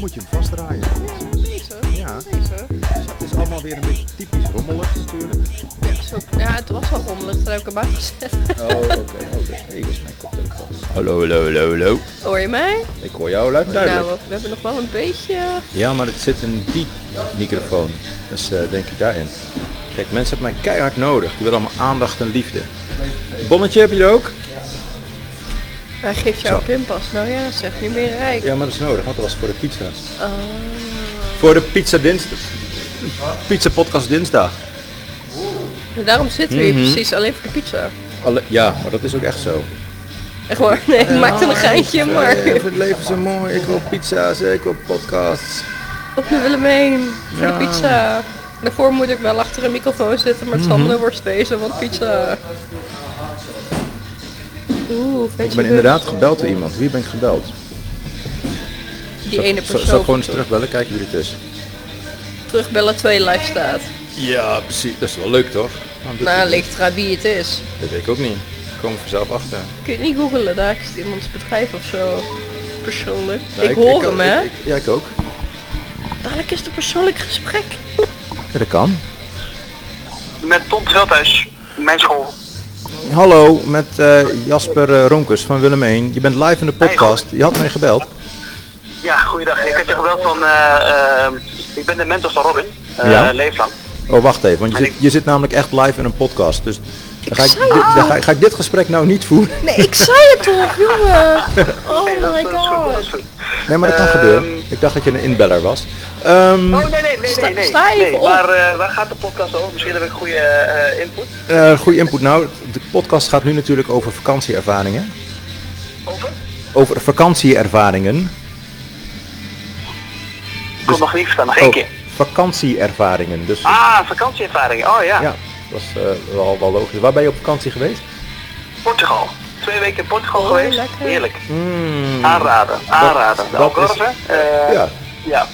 moet je hem vastdraaien. Deze? Ja. Deze? Het is allemaal weer een beetje typisch rommelig natuurlijk. Zo- Ja, het was al rommelig, dat heb ik hem aangezet. Oh, oké. Oh, hey, dat is mijn koptelefoon. Hallo, hallo, hallo, hallo. Hoor je mij? Ik hoor jou luid en duidelijk. Nou, we hebben nog wel een beetje... Ja, maar het zit in die microfoon. Dus eh, denk ik daarin. Kijk, mensen hebben mij keihard nodig. Die willen allemaal aandacht en liefde. Bonnetje heb je er ook? Hij geeft jou een pinpas. Nou ja, zeg niet meer rijk. Ja, maar dat is nodig, want dat was voor de pizza. Ah. Voor de pizza dinsdag. Pizza podcast dinsdag. En daarom zitten we hier Mhm. precies, alleen voor de pizza. Alle, ja, maar dat is ook echt zo. Echt waar, nee, ik maakte een geintje, maar... Eh, het leven is zo mooi. Ik wil pizza's, eh, ik wil podcasts. Op de Willemijn, voor Ja. de pizza. Daarvoor moet ik wel achter een microfoon zitten, maar het zal me worst wezen, want pizza... Oeh, Ik ben inderdaad gebeld door iemand. Wie ben ik gebeld? Die Zal- ene persoon Zal ik gewoon eens terugbellen, kijken wie het is? terugbellen twee live staat. Ja, precies. Dat is wel leuk, toch? Nou, ligt eraan wie het is. Dat weet ik ook niet. Ik kom er vanzelf achter. Kun je het niet googelen, daar is het iemands bedrijf of zo. Persoonlijk. Nou, ik, hoor hem, ik- hè? ik- ik- ja, ik ook. Dadelijk is het een persoonlijk gesprek. Ja, dat kan. Met Tom Veldhuis, mijn school. Hallo, met eh, Jasper eh, Ronkers van Willem 1. Je bent live in de podcast. Je had mij gebeld. Ja, goeiedag. Ik had je gebeld van, eh, ehm, ik ben de mentor van Robin, eh, Ja. leeflang. Oh, wacht even, want je zit, je zit namelijk echt live in een podcast. Dus dan ga ik, zei dit- dan ga, ik- ga ik dit gesprek nou niet voeren. Nee, ik zei het toch, jongen. Nee, Oh dat- my dat is goed, dat is god. goed. Nee, maar dat kan Ehm. gebeuren. Ik dacht dat je een inbeller was. Ehm, Oh, nee, nee, nee, nee, nee. sta even nee. op. Waar, eh, waar gaat de podcast over? Misschien heb ik goede eh, input. eh, goede input. Nou, de podcast gaat nu natuurlijk over vakantieervaringen. Over? Over vakantieervaringen. Ik kon nog niet verstaan, nog één keer. Oh, vakantieervaringen. Dus Ah, vakantieervaring. Oh ja. ja, dat is eh, wel, wel logisch. Waar ben je op vakantie geweest? Portugal. Twee weken in Portugal Oh, geweest. lekker. Heerlijk. Aanraden, aanraden. De Hmm. dat is- Algarve. eh, Ja. Ja,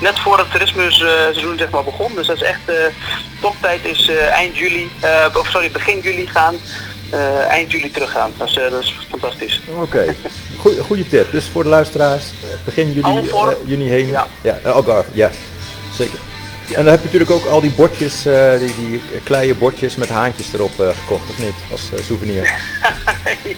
net voor het toerisme seizoen zeg maar begon. Dus dat is echt, eh toptijd is eh, eind juli, eh, of sorry, begin juli gaan, eh, eind juli teruggaan. Dat is, eh, dat is fantastisch. Oké, Goeie- goede tip. Dus voor de luisteraars, eh, begin juni, Algarve. eh, juni heen. Ja. ja eh, Algarve, ja. Zeker. En dan heb je natuurlijk ook al die bordjes, eh, die, die kleine bordjes met haantjes erop eh, gekocht, of niet? Als eh, souvenir.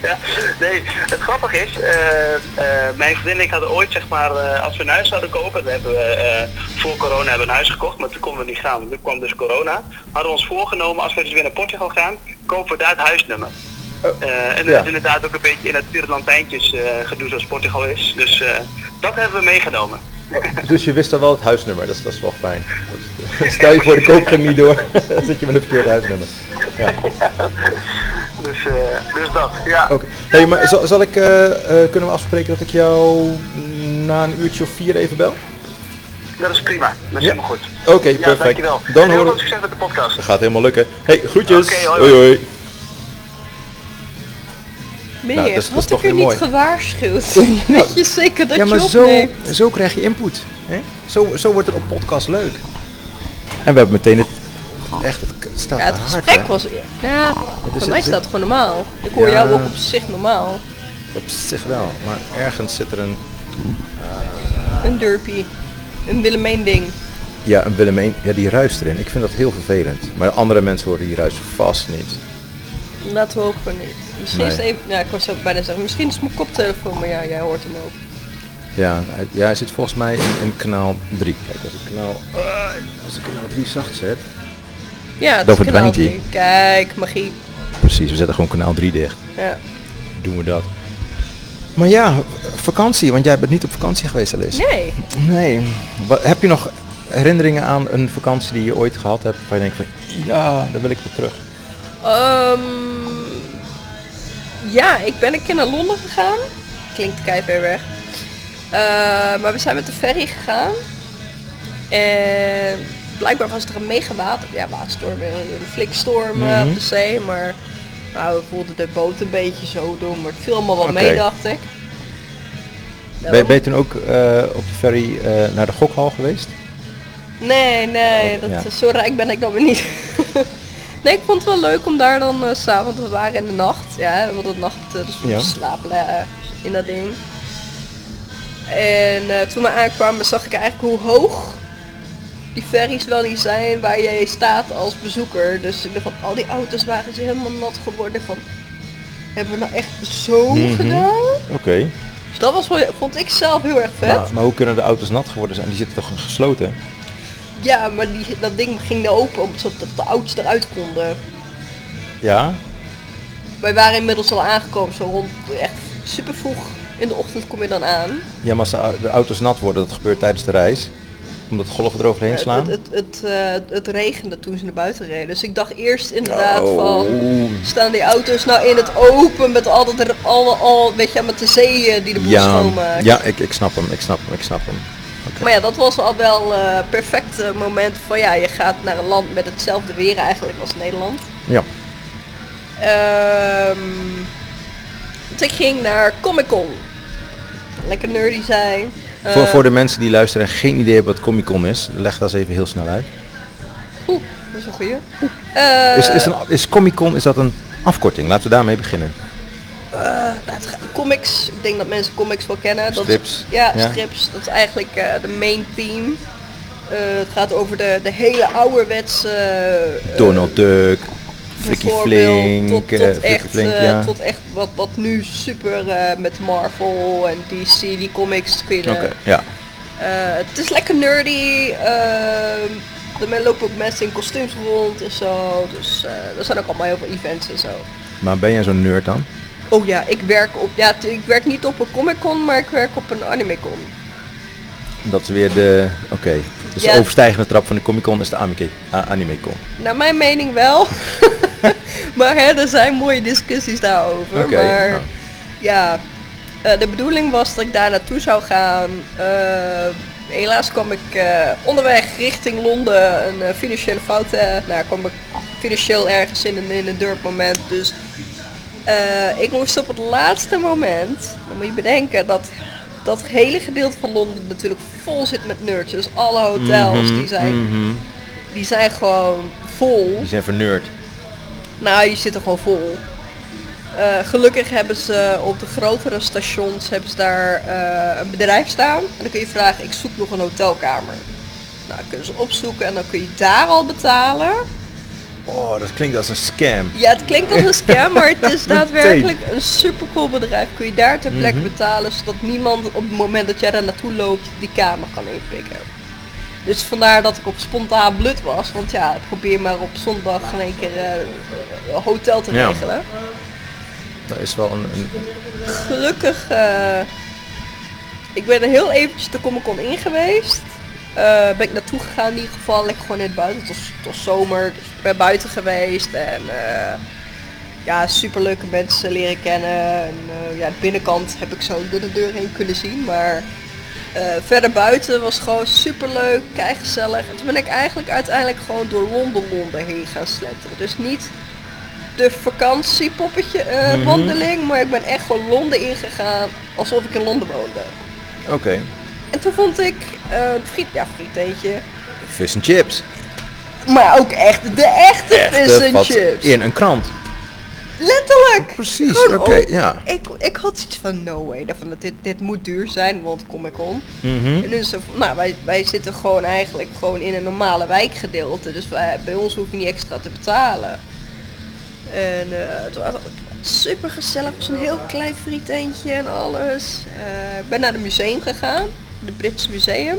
ja, nee, het grappige is, eh, eh, mijn vriendin en ik hadden ooit zeg maar, eh, als we een huis zouden kopen, dat hebben we, eh, voor corona hebben we een huis gekocht, maar toen konden we niet gaan, want toen kwam dus corona. Hadden we ons voorgenomen, als we dus weer naar Portugal gaan, kopen we daar het huisnummer. Eh, en dat Oh. ja. is inderdaad ook een beetje in het pure lantijntjes eh, gedoe zoals Portugal is. Dus eh, dat hebben we meegenomen. dus je wist dan wel het huisnummer, dat is, dat is wel fijn. Dat is- Stel je voor de koop ging niet door, dan zit je met een verkeerd huisnummer. Ja. Dus, eh, dus dat, ja. Oké. Hey, maar zal, zal ik, eh, eh, kunnen we afspreken dat ik jou na een uurtje of vier even bel? Dat is prima. Dat is Ja. helemaal goed. Oké, Ja, perfect. dankjewel. Dan en heel horen veel succes met de podcast. Gaat helemaal lukken. Hey, groetjes. Oké, hoi, hoi hoi. hoi. Meneer, Nou, dat is- dat is had toch ik u weer niet mooi. gewaarschuwd? Weet je zeker dat Ja, maar je zo, opneemt? zo krijg je input. Hè? Zo, zo wordt het op podcast leuk. En we hebben meteen het... Echt, het k- staat Ja, het te hard, gesprek hè? was... Ja, voor het- mij staat het gewoon normaal. Ik hoor Ja. jou ook op zich normaal. Op zich wel, maar ergens zit er een... Een derpy. Een Willemijn ding. Ja, een Willem I- ja, die ruist erin. Ik vind dat heel vervelend. Maar andere mensen horen die ruis vast niet. Laten we ook gewoon niet. Misschien is het Nee. even... Ja, ik was ook bijna zeggen. Misschien is het mijn koptelefoon, maar ja, jij hoort hem ook. Ja, hij, ja, hij zit volgens mij in, in kanaal 3. Kijk, als ik kanaal, Ah, als ik kanaal 3 zacht zet... Ja, het Dan is verdwijnt kanaal hij. drie. Kijk, magie. Precies, we zetten gewoon kanaal 3 dicht. Ja. Doen we dat. Maar ja, vakantie. Want jij bent niet op vakantie geweest, Alice. Nee. Nee. Wat, heb je nog herinneringen aan een vakantie die je ooit gehad hebt? Waar je denkt van, ja, daar wil ik weer terug. Ehm, ja, ik ben een keer naar Londen gegaan. Klinkt keihard weer weg. Eh, maar we zijn met de ferry gegaan. En blijkbaar was er een mega water, ja, waterstorm, eh, een flikstorm Mhm. eh, op de zee. Maar nou, we voelden de boot een beetje zo doen. Maar het viel allemaal wel mee, Oké. dacht ik. Ben, je- ben je toen ook eh, op de ferry eh, naar de gokhal geweest? Nee, nee, dat, Oh, Ja. zo rijk ben ik dan weer niet. nee, ik vond het wel leuk om daar dan eh, samen, want we waren in de nacht. Ja, we hadden de nacht eh, dus we Ja. slapen eh, in dat ding. En eh, toen we aankwamen zag ik eigenlijk hoe hoog die ferries wel niet zijn waar jij staat als bezoeker. Dus ik dacht van al die auto's waren ze helemaal nat geworden van hebben we nou echt zo Mhm. gedaan? Oké. Dus dat was, wel- vond ik zelf heel erg vet. Maar, maar hoe kunnen de auto's nat geworden zijn? Die zitten toch gesloten? Ja, maar die, dat ding ging nou open om- zodat de auto's eruit konden. Ja? Wij waren inmiddels al aangekomen, zo rond echt super vroeg in de ochtend kom je dan aan. Ja, maar als de- de auto's nat worden, dat gebeurt tijdens de reis. Omdat de golven eroverheen Het, slaan. het, het, het, eh, het regende toen ze naar buiten reden. Dus ik dacht eerst inderdaad Oh. van, staan die auto's nou in het open met al dat, r- alle, al, weet je, met de zeeën die de boel Ja, schoonmaken. ja ik, ik snap hem, ik snap hem, ik snap hem. Oké. Maar ja, dat was al wel eh perfect eh, moment van ja, je gaat naar een land met hetzelfde weer eigenlijk als Nederland. Ja. Ehm, want ik ging naar Comic Con. Lekker nerdy zijn. Eh, Voor, voor de mensen die luisteren en geen idee hebben wat Comic Con is, leg dat eens even heel snel uit. Oeh, dat is een goeie. Eh, Is, is, een, is Comic Con, is dat een afkorting? Laten we daarmee beginnen. nou, het gaat- comics, ik denk dat mensen comics wel kennen. Dat is- Strips. ja, Ja. strips. Dat is eigenlijk eh, de main theme. Eh, het gaat over de, de hele ouderwetse... eh, Donald Duck, Flikkie bijvoorbeeld Flink, tot, eh, tot Flikkie echt, Flink, eh, ja. tot echt wat, wat nu super eh, met Marvel en DC, die comics kun je... Oké, ja. Eh, het is lekker nerdy. ehm er men- lopen ook mensen in kostuums rond en zo. Dus eh, er zijn ook allemaal heel veel events en zo. Maar ben jij zo'n nerd dan? Oh ja, ik werk op. Ja, t- ik werk niet op een Comic Con, maar ik werk op een Anime Con. Dat is weer de... Oké. Dus Ja. de overstijgende trap van de Comic Con is de anime, a- anime Con. Naar mijn mening wel. maar hè, er zijn mooie discussies daarover. Oké, maar nou. ja, eh, de bedoeling was dat ik daar naartoe zou gaan. Eh, helaas kwam ik eh, onderweg richting Londen een eh, financiële fout. eh, nou, kwam ik financieel ergens in een, in een durp moment. Dus eh, ik moest op het laatste moment, dan moet je bedenken dat dat hele gedeelte van Londen natuurlijk vol zit met nerds. Dus alle hotels die zijn Mhm. die zijn gewoon vol. Die zijn vernerd. Nou, je zit er gewoon vol. Eh, gelukkig hebben ze op de grotere stations hebben ze daar eh, een bedrijf staan. En dan kun je vragen, ik zoek nog een hotelkamer. Nou, dan kunnen ze opzoeken en dan kun je daar al betalen. Oh, dat klinkt als een scam. Ja, het klinkt als een scam, maar het is daadwerkelijk een supercool bedrijf. Kun je daar ter plekke Mhm. betalen, zodat niemand op het moment dat jij daar naartoe loopt, die kamer kan inpikken. Dus vandaar dat ik op spontaan blut was, want ja, probeer maar op zondag in één keer eh, een hotel te Ja. regelen. Dat is wel een... een- Gelukkig, eh, ik ben er heel eventjes de Comic Con in geweest. Eh, ben ik naartoe gegaan in ieder geval, lekker gewoon in het buiten, het was, het was zomer, dus ik ben buiten geweest en eh, ja, super leuke mensen leren kennen. En, eh, ja, de binnenkant heb ik zo door de deur heen kunnen zien. Maar eh, verder buiten was gewoon super leuk, gezellig. En toen ben ik eigenlijk uiteindelijk gewoon door Londen Londen heen gaan sletteren. Dus niet de vakantiepoppetje eh, Mhm. wandeling, maar ik ben echt gewoon Londen ingegaan alsof ik in Londen woonde. Oké. En toen vond ik eh, een friet, ja, frieteentje. Fish and chips. Maar ook echt de echte, Echte fish and vat chips. In een krant. Letterlijk! Precies, Gewoon oké, om- ja. Ik, ik had zoiets van, no way, daarvan dat dit, dit moet duur zijn, want kom ik om. Mhm. En dus, nou, wij, wij zitten gewoon eigenlijk gewoon in een normale wijkgedeelte, dus wij, bij ons hoef je niet extra te betalen. En eh, het was super gezellig, het was een heel klein frieteentje en alles. Eh, ik ben naar het museum gegaan, het Brits Museum.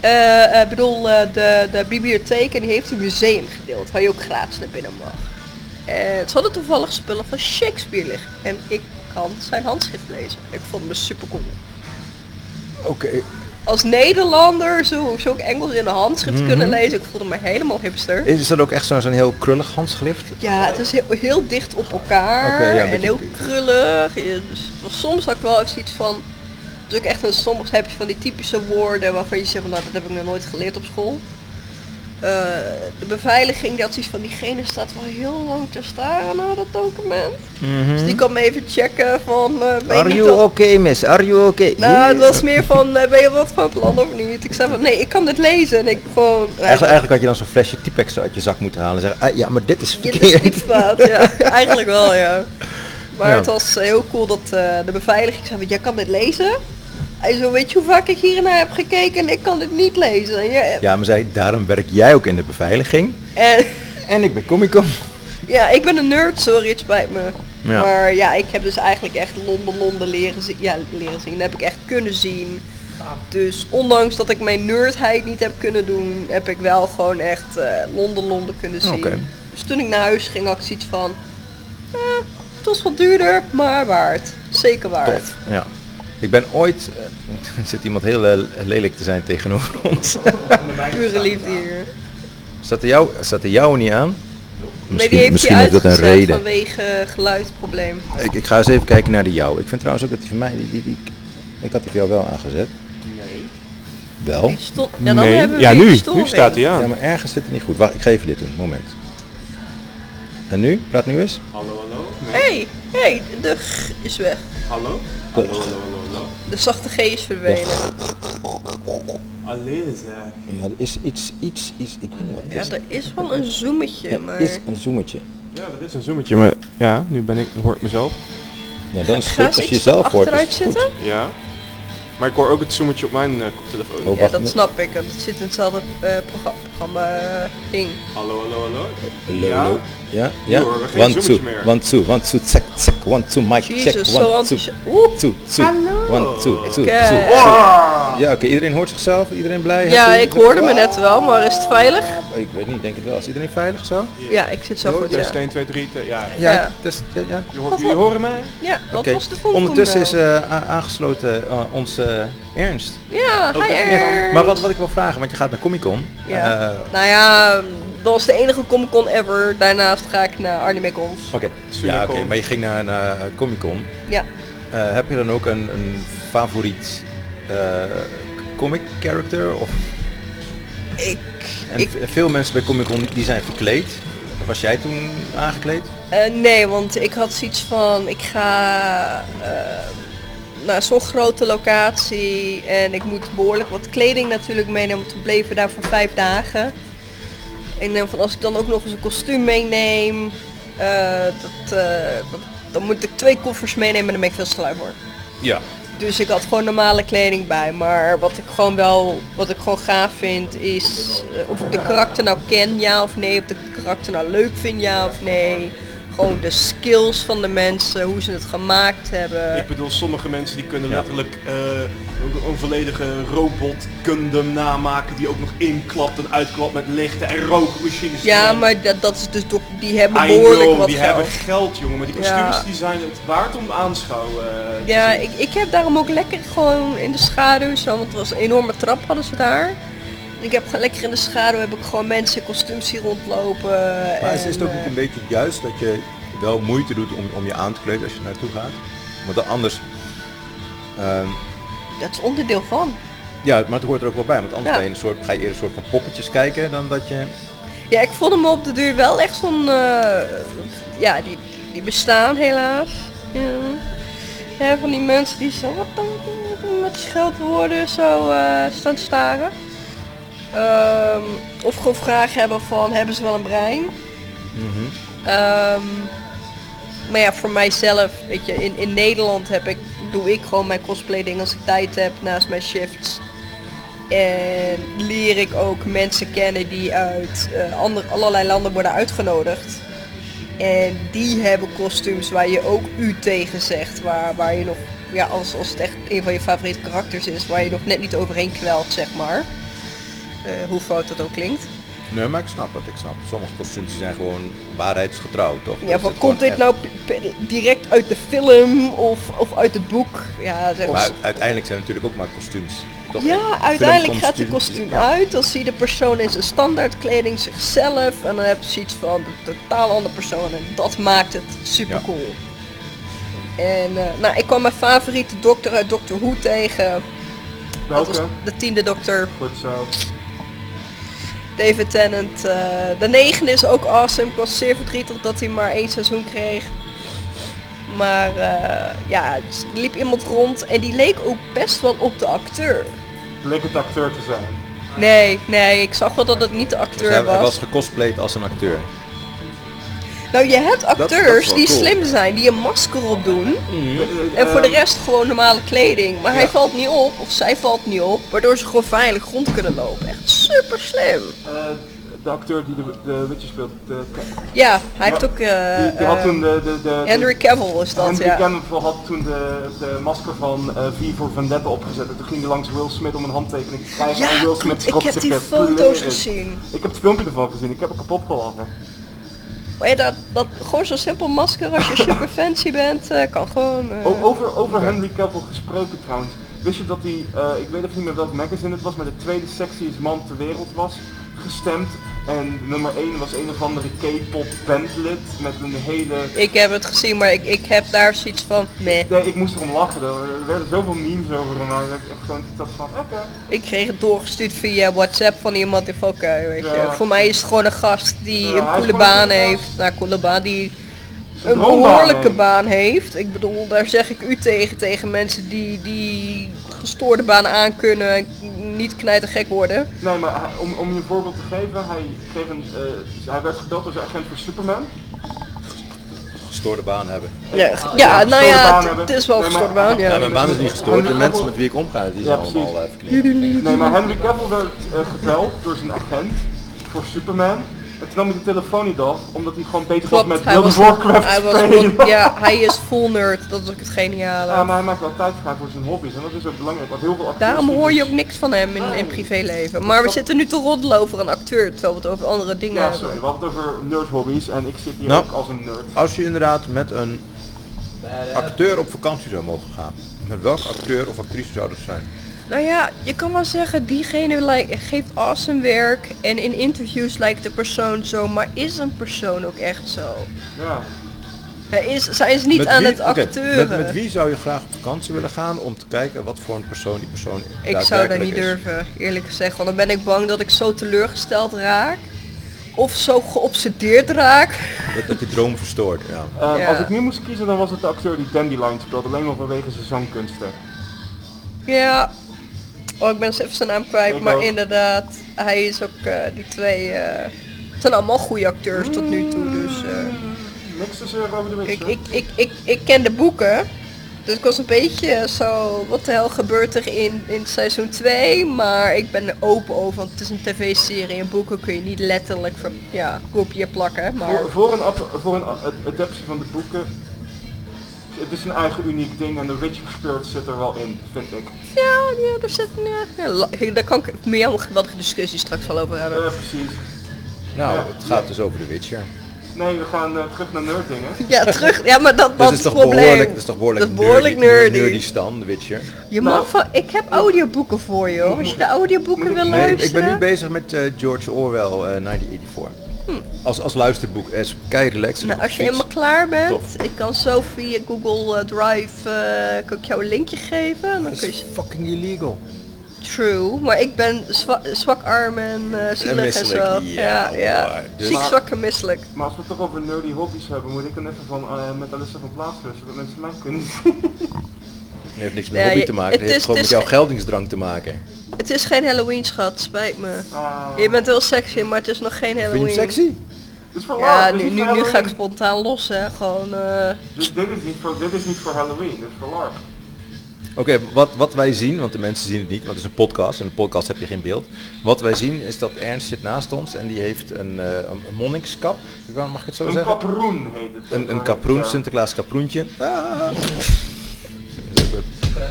Eh, eh, Ik bedoel, eh, de, de bibliotheek en die heeft een museumgedeelte waar je ook gratis naar binnen mag. En ze Eh, hadden toevallig spullen van Shakespeare liggen. En ik kan zijn handschrift lezen. Ik vond me super cool. Oké. Als Nederlander zo, zo ook Engels in de handschrift kunnen lezen. Ik voelde me helemaal hipster. Is dat ook echt zo'n zo'n heel krullig handschrift? Ja, het is heel, heel dicht op elkaar Oké, ja, een en beetje heel creepy. krullig. Ja, dus soms had ik wel even iets van... Dus ook echt, een- soms heb je van die typische woorden waarvan je zegt, van, nou dat heb ik nog nooit geleerd op school. Eh, de beveiliging, dat iets van diegene staat wel heel lang te staren naar dat document. Dus die kwam even checken van... eh, ben je Mhm. Are niet you dat- okay, miss? Are you okay? Nou, het was meer van, eh, ben je wat van plan of niet? Ik zei van, nee, ik kan dit lezen. En ik gewoon... Eigenlijk, eigenlijk had je dan zo'n flesje Tipex uit je zak moeten halen en zeggen, ah, ja, maar dit is Dit is verkeerd. niet fout, ja. Eigenlijk wel, ja. Maar Ja. het was eh, heel cool dat eh, de beveiliging zei, van, jij kan dit lezen. Hij zo, weet je hoe vaak ik hiernaar heb gekeken en ik kan het niet lezen. Ja, Ja, maar zei, daarom werk jij ook in de beveiliging. en, En ik ben Comic-Con. ja, ik ben een nerd, sorry, het spijt me. Ja. Maar ja, ik heb dus eigenlijk echt Londen, Londen leren zien. Ja, leren zien. Dat heb ik echt kunnen zien. Dus ondanks dat ik mijn nerdheid niet heb kunnen doen, heb ik wel gewoon echt eh, Londen, Londen kunnen zien. Oké. Dus toen ik naar huis ging, had ik zoiets van... eh, het was wat duurder, maar waard. Zeker waard. Tof. Ja. Ik ben ooit... eh, Er zit iemand heel eh, lelijk te zijn tegenover ons. Pure liefde hier. Staat er jou, staat er jou niet aan? nee, die heeft misschien je heeft dat een uitgezet reden. vanwege eh, geluidsprobleem. Ik, ik ga eens even kijken naar de jou. Ik vind trouwens ook dat die van mij... Die, die, die- ik had die van jou wel aangezet. Wel? Die stond, ja, dan Oh. nee. hebben we ja, weer nu. Nu storing. staat hij Ja, aan. maar ergens zit het niet goed. Wacht, ik ga even dit doen. Moment. En nu? Praat nu eens. Hallo, hallo. hey, hey, de g is weg. Hallo. Hallo, hallo, hallo. De zachte g is verdwenen. Alleen zijn. Ja, er is iets, iets, iets. Ik weet niet wat het Ja, is. er is wel een zoemetje, maar... Er is een zoemetje. Ja, dat is een zoometje. Maar ja, nu ben ik, hoor ik mezelf. Ja, dan is het Ga goed eens als je iets zelf hoort. is achteruit het goed. zitten? Ja. Maar ik hoor ook het zoometje op mijn eh, koptelefoon. Oh. Ja, Wacht, dat nee. snap ik, want het zit in hetzelfde eh, progra- programma eh, ding. Hallo, hallo, hallo. Hallo, hallo. Ja, ja. Nu horen we geen One, two, zoemetje meer. one, two, one, two, check, check, one, two, mic, check, Jezus, zo one, two, enthousiast. Oeh, two, two, one, two, two, Kijk. two. Ja, oké, iedereen hoort zichzelf, iedereen blij. Ja, happy? ik hoorde me net wel, maar is het veilig? Ik weet niet, denk ik wel. Is iedereen veilig zo? Ja, ik zit zo goed, ja. 1, 2, 3, ja. Ja. Dus, ja, ja. Je hoort- Jullie horen mij? Ja, wat Oké. was de volgende? Ondertussen is eh, a- aangesloten eh, onze Ernst. Ja, hi Ernst. Maar wat, wat ik wil vragen, want je gaat naar Comic Con. Eh, Ja. nou ja, dat was de enige Comic Con ever. Daarnaast ga ik naar Anime Cons. Oké, ja, Sunacon. oké, maar je ging naar, naar Comic Con. Ja. Eh, heb je dan ook een, een favoriet eh, comic character? Of, Ik, en ik v- veel mensen bij Comic Con die zijn verkleed. Was jij toen aangekleed? eh, nee, want ik had zoiets van, ik ga eh, naar zo'n grote locatie en ik moet behoorlijk wat kleding natuurlijk meenemen, want we bleven daar voor vijf dagen. En dan van als ik dan ook nog eens een kostuum meeneem, eh, dat, eh, dat- dan moet ik twee koffers meenemen en dan ben ik veel te lui voor. Ja. Dus ik had gewoon normale kleding bij. Maar wat ik gewoon wel, wat ik gewoon gaaf vind is eh, of ik de karakter nou ken ja of nee. Of ik de karakter nou leuk vind ja of nee. Gewoon de skills van de mensen, hoe ze het gemaakt hebben. Ik bedoel, sommige mensen die kunnen Ja. letterlijk eh, een- een volledige robot Gundam namaken die ook nog inklapt en uitklapt met lichten en rookmachines. Ja, maar dat, dat is dus toch, die hebben I behoorlijk know, wat die geld. hebben geld jongen, maar die Ja. kostuums die zijn het waard om aanschouwen. eh, te Ja, zien. ik, ik heb daarom ook lekker gewoon in de schaduw zo, want het was een enorme trap hadden ze daar. En Ik heb gewoon lekker in de schaduw, heb ik gewoon mensen in kostuums hier rondlopen. Maar is, is het ook en, niet eh, een beetje juist dat je wel moeite doet om, om je aan te kleden als je naartoe gaat? Want dan anders... ehm, eh, Dat is onderdeel van. ja, maar het hoort er ook wel bij. Want anders Ja. ben je een soort, ga je eerder een soort van poppetjes kijken dan dat je... Ja, ik vond hem op de duur wel echt zo'n... eh, ja, die, die bestaan helaas. Ja. Ja, van die mensen die zo wat dan met scheldwoorden zo eh, staan te staren. Ehm, of gewoon vragen hebben van, hebben ze wel een brein? Ehm, maar ja, voor mijzelf, weet je, in, in Nederland heb ik, doe ik gewoon mijn cosplay ding als ik tijd heb naast mijn shifts. En leer ik ook mensen kennen die uit eh, ander, allerlei landen worden uitgenodigd. En die hebben kostuums waar je ook u tegen zegt. Waar, waar je nog, ja, als, als het echt een van je favoriete karakters is, waar je nog net niet overheen kwelt, zeg maar. Eh, hoe fout dat ook klinkt. Nee, maar ik snap het, ik snap het. Sommige kostuums die zijn gewoon waarheidsgetrouw, toch? Dat Ja, is van het gewoon komt dit echt- nou p- p- direct uit de film of, of uit het boek? Ja, zeg Maar maar. uiteindelijk zijn het natuurlijk ook maar kostuums. Toch? Ja, uiteindelijk gaat de de kostuum uit. Dan zie je de persoon in zijn standaardkleding zichzelf. En dan heb je zoiets van een totaal andere persoon. En dat maakt het super Ja. cool. En eh, nou, ik kwam mijn favoriete dokter uit Doctor Who tegen. Dat was Welke? de tiende dokter, Goed zo. David Tennant. eh, de negende is ook awesome. Ik was zeer verdrietig dat hij maar één seizoen kreeg. Maar eh, ja, er liep iemand rond en die leek ook best wel op de acteur. Leuk het acteur te zijn. Nee, nee, ik zag wel dat het niet de acteur Dus hij, hij was. was gecosplayed als een acteur. Nou, je hebt dat acteurs is wel die cool. slim zijn, die een masker op doen. Mhm. Eh, En voor de rest gewoon normale kleding. Maar hij valt niet op, of zij valt niet op. Waardoor ze gewoon veilig rond kunnen lopen. Echt super slim. Eh, de acteur die de, de Witcher speelt, de, Ja, hij heeft ook... eh, die, die had eh, toen de... de, de Henry Cavill is dat, Henry ja. Cavill had toen de, de masker van eh, V voor Vendetta opgezet. En toen ging hij langs Will Smith om een handtekening te krijgen. Ja, en Will klopt. Ik Smith schrok heb zich die echt foto's pleuris. gezien. Ik heb het filmpje ervan gezien. Ik heb er kapot gelachen. Maar ja, dat, dat, gewoon zo'n simpel masker als je super fancy bent, eh, kan gewoon... eh, O- over over Henry Cavill gesproken trouwens. Wist je dat hij, eh, ik weet even niet meer welk magazine het was, maar de tweede sexiest man ter wereld was gestemd. En nummer 1 was een of andere K-pop bandlid met een hele... Ik heb het gezien, maar ik, ik heb daar zoiets van... Meh. Nee, ik moest erom lachen. Er werden zoveel memes over hem. En ik echt gewoon dat van, oké. Ik kreeg het doorgestuurd via WhatsApp van iemand in Valkuil, weet je. Ja. Voor mij is het gewoon een gast die Ja, hij een is coole gewoon baan een- heeft. Nou, coole baan die Zijn een droombaan behoorlijke heeft. baan heeft. Ik bedoel, daar zeg ik u tegen, tegen mensen die, die gestoorde banen aankunnen en niet knijtergek worden. Nee, maar hij- om, om je een voorbeeld te geven, hij, kreeg een, eh, hij werd gebeld door zijn agent voor Superman. Gestoorde baan hebben. Ja, ja nou gestoorde ja, baan het, hebben. het is wel Nee, maar- gestoorde baan, Ja, ja. mijn baan is niet gestoord. De mensen met wie ik omga, die zijn Ja, precies. allemaal eh, verknipt. Nee, maar Henry Cavill werd eh, gebeld door zijn agent voor Superman. En toen nam hij de telefoon niet af, omdat hij gewoon beter was met Klopt, hij World was, of Warcraft hij was spelen. gewoon- ja, hij is full nerd, dat is ook het geniale. Ja, maar hij maakt wel tijd vrij voor zijn hobby's en dat is ook belangrijk, want heel veel acteurs... Daarom die- dus- hoor je ook niks van hem in, in privéleven. Maar we zitten nu te roddelen over een acteur, terwijl we het over andere dingen Ja, hebben. sorry, we hadden het over nerdhobby's en ik zit hier Nou. ook als een nerd. Als je inderdaad met een acteur op vakantie zou mogen gaan, met welke acteur of actrice zou dat zijn? Nou ja, je kan wel zeggen, diegene lijkt- geeft awesome werk en in interviews lijkt de persoon zo, maar is een persoon ook echt zo? Ja. Hij is, zij is niet Met aan wie- het oké, acteuren. met, met wie zou je graag op vakantie willen gaan om te kijken wat voor een persoon die persoon Ik zou daar niet durven, eerlijk gezegd. Want dan ben ik bang dat ik zo teleurgesteld raak. Of zo geobsedeerd raak. Dat, dat je droom verstoort. Ja. Ehm, Ja. Als ik nu moest kiezen, dan was het de acteur die Dandelion speelt, alleen maar vanwege zijn zangkunsten. Ja. Oh, ik ben eens even zijn naam kwijt. Ik maar ook. inderdaad, hij is ook eh, die twee... eh, het zijn allemaal goede acteurs tot nu toe. Dus eh, Niks te zeggen over de Witcher. ik, ik, ik, ik, ik ken de boeken. Dus ik was een beetje zo, wat de hel gebeurt er in, in seizoen 2? Maar ik ben er open over, want het is een tv-serie en boeken kun je niet letterlijk van, ja, kopieën plakken. Maar... Voor, voor een, ad- voor een ad- adaptie van de boeken, het is een eigen uniek ding en de Witcher Spirit zit er wel in, vind ik. Ja, ja, daar zit ja, ja, la- hey, daar kan ik meer een geweldige discussie straks wel over Eh, hebben. precies. Nou, het gaat dus over de Witcher. Nee, we gaan eh, terug naar nerddingen. Ja, terug. Ja, maar dat Dus was het is toch het probleem. behoorlijk, dat is toch behoorlijk, Dat is behoorlijk nerdy. nerdy stand, de Witcher. Je Nou. mag van, ik heb audioboeken voor je hoor. Als je de audioboeken wil Nee, luisteren. ik ben nu bezig met eh, George Orwell, eh, 1984. Als, als luisterboek, eh, is kei relaxed. Hm. Nou, op als je fiets. helemaal klaar bent, Tof. ik kan zo via Google eh, Drive, eh, kan ik jou een linkje geven. en Dan Dat kun je, is fucking illegal. true, maar ik ben zwa- zwak arm en eh zielig en misselijk, ja, zo. ja. ja. waar. Dus- Ziek, Maar- zwak en misselijk. Maar als we het toch over nerdy hobby's hebben, moet ik dan even van, eh, met Alyssa van plaats wisselen, zodat mensen mij kunnen zien. Het heeft niks met Ja, hobby je- te maken, het het heeft is- gewoon het met is- jouw geldingsdrang te maken. Het is geen Halloween schat, spijt me. Ah, Je bent heel sexy, maar het is nog geen Vind je Halloween. het sexy? dit is voor Ja, Lars, dit nu, is niet nu, voor nu ga ik Halloween. Dus spontaan los, hè. Gewoon, eh, Dit, dit is niet voor, dit is niet voor Halloween, dit is voor Lars. Oké, wat, wat wij zien, want de mensen zien het niet, want het is een podcast en een podcast heb je geen beeld. Wat wij zien is dat Ernst zit naast ons en die heeft een, eh, een een monnikskap, mag ik het zo Een zeggen? kaproen heet het. Een, een kaproen, Ja. Sinterklaas kaproentje. Ah.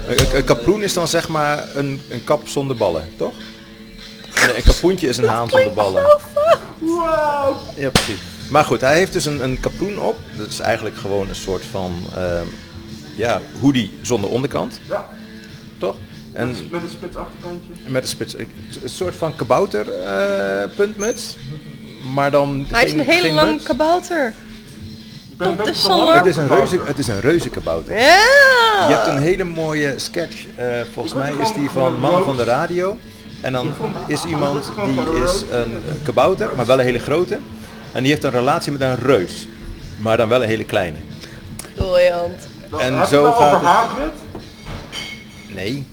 Een, een kaproen is dan zeg maar een, een kap zonder ballen, toch? Nee, een kapoentje is een haan zonder ballen. Wow! Ja, precies. Maar goed, hij heeft dus een, een kapoen op. Dat is eigenlijk gewoon een soort van ehm, ja, hoodie zonder onderkant, Ja, toch? En met een spits achterkantje. met een spits, een soort van kabouter eh, puntmuts. Maar dan hij is geen- een hele geen lange muts. kabouter. Ik ben een Dat beetje is van al Lars. lang. Het is een reuze, het is een reuze kabouter. Ja! Je hebt een hele mooie sketch. eh, volgens mij is die van Man van de Radio. En dan is iemand die is een kabouter, maar wel een hele grote. En die heeft een relatie met een reus. Maar dan wel een hele kleine. Briljant. Dan En heb je zo het nou gaat over het- Hagrid? Nee.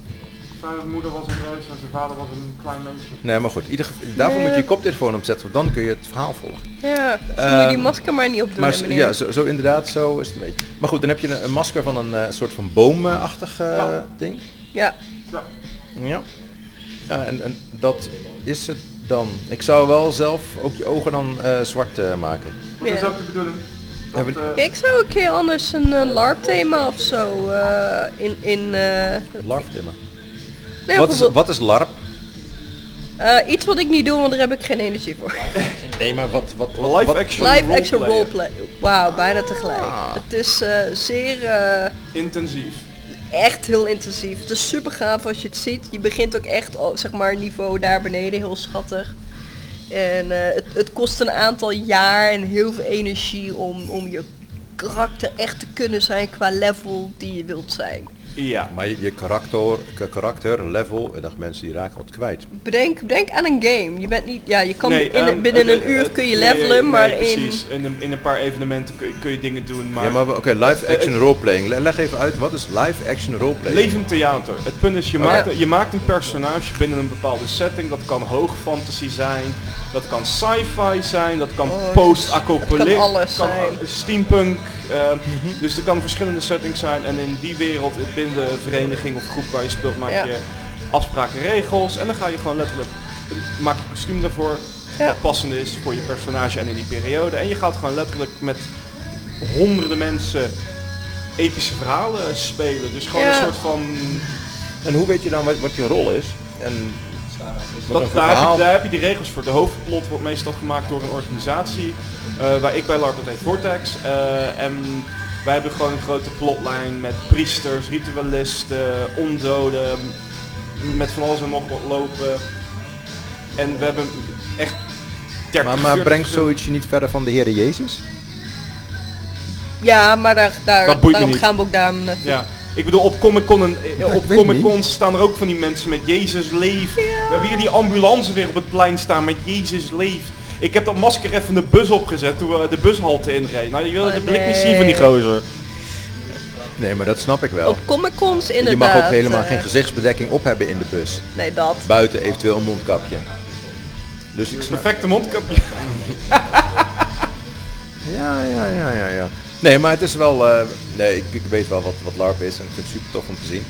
Zijn moeder was een reus en zijn vader was een klein mensje. Nee, maar goed. in Ieder geval- daarvoor moet je je koptelefoon opzetten, want dan kun je het verhaal volgen. Ja, dus moet je die Ehm, masker maar niet opdoen. Maar hè, s- meneer. ja, zo, zo inderdaad, zo is het een beetje. Maar goed, dan heb je een, een masker van een eh, soort van boomachtig eh, Ja. Oh. ding. ja. Ja. Ja. Ja, en, en dat is het dan. Ik zou wel zelf ook je ogen dan eh, zwart eh, maken. Maar dat is Ja. ook de bedoeling. Ja, Dat, maar- eh, Ik zou een keer anders een eh, LARP-thema of zo eh, in... in eh Larp dimmen. nee, Wat is, bijvoorbeeld- wat is larp? eh, iets wat ik niet doe, want daar heb ik geen energie voor. Nee, maar wat... wat, wat, Live wat- action Live roleplay. action roleplay. Wauw, bijna tegelijk. Ah. Het is eh, zeer... eh, intensief. echt heel intensief. Het is super gaaf als je het ziet. Je begint ook echt, al- zeg maar, niveau daar beneden, heel schattig. En eh, het, het kost een aantal jaar en heel veel energie om, om je karakter echt te kunnen zijn qua level die je wilt zijn. Ja. Maar je, je karakter, je karakter, level, en dat mensen die raken wat kwijt. Bedenk, denk aan een game. Je bent niet, ja, je kan Nee, in- ehm, binnen eh, een eh, uur kun je nee, levelen, nee, maar in Precies, in een, in een paar evenementen kun je, kun je dingen doen, maar... Ja, maar we- oké, live action roleplaying. Le- Leg even uit, wat is live action roleplaying? Levend theater. Het punt is, je, Oh, maakt, ja. je maakt een personage binnen een bepaalde setting. Dat kan hoog fantasy zijn, dat kan sci-fi zijn, dat kan Oh, het post-apocalypse, kan alles zijn. Mhm. steampunk. eh, Dus er kan verschillende settings zijn. En in die wereld, eh, binnen de vereniging of groep waar je speelt, maak Ja. je afspraken, regels. En dan ga je gewoon letterlijk, eh, maak je kostuum daarvoor. Ja. Wat passend is voor je personage en in die periode. En je gaat gewoon letterlijk met honderden mensen epische verhalen spelen. Dus gewoon Ja. een soort van... En hoe weet je dan wat, wat je rol is? En wat een Dat, daar, heb verhaal. je, daar heb je die regels voor. De hoofdplot wordt meestal gemaakt door een organisatie. eh, waar ik bij LARP dat heet Vortex. eh, en wij hebben gewoon een grote plotlijn met priesters, ritualisten, ondoden. m- Met van alles en nog wat lopen. En we hebben echt 30 Maar, maar 40 brengt zoiets je niet verder van de Heer Jezus? ja, maar daar, daar, Dat boeit me daarom eh, niet. gaan we ook daar naartoe. Ja, ik bedoel op Comic Con en eh, ik op weet Comic Con niet. staan er ook van die mensen met Jezus leef. We hebben hier die ambulance weer op het plein staan met Jezus leef. Ik heb dat masker even in de bus opgezet toen we eh, de bushalte inreden. Nou, je wil Oh, de blik niet nee. zien van die gozer. Nee, maar dat snap ik wel. Op Comic Cons inderdaad. Je mag ook helemaal eh, geen gezichtsbedekking op hebben in de bus. Nee, dat. Buiten eventueel een mondkapje. Dus ik snap... Perfecte mondkapje. Ja, ja, ja, ja, ja. Nee, maar het is wel... eh, nee, ik, ik weet wel wat, wat LARP is en ik vind het super tof om te zien.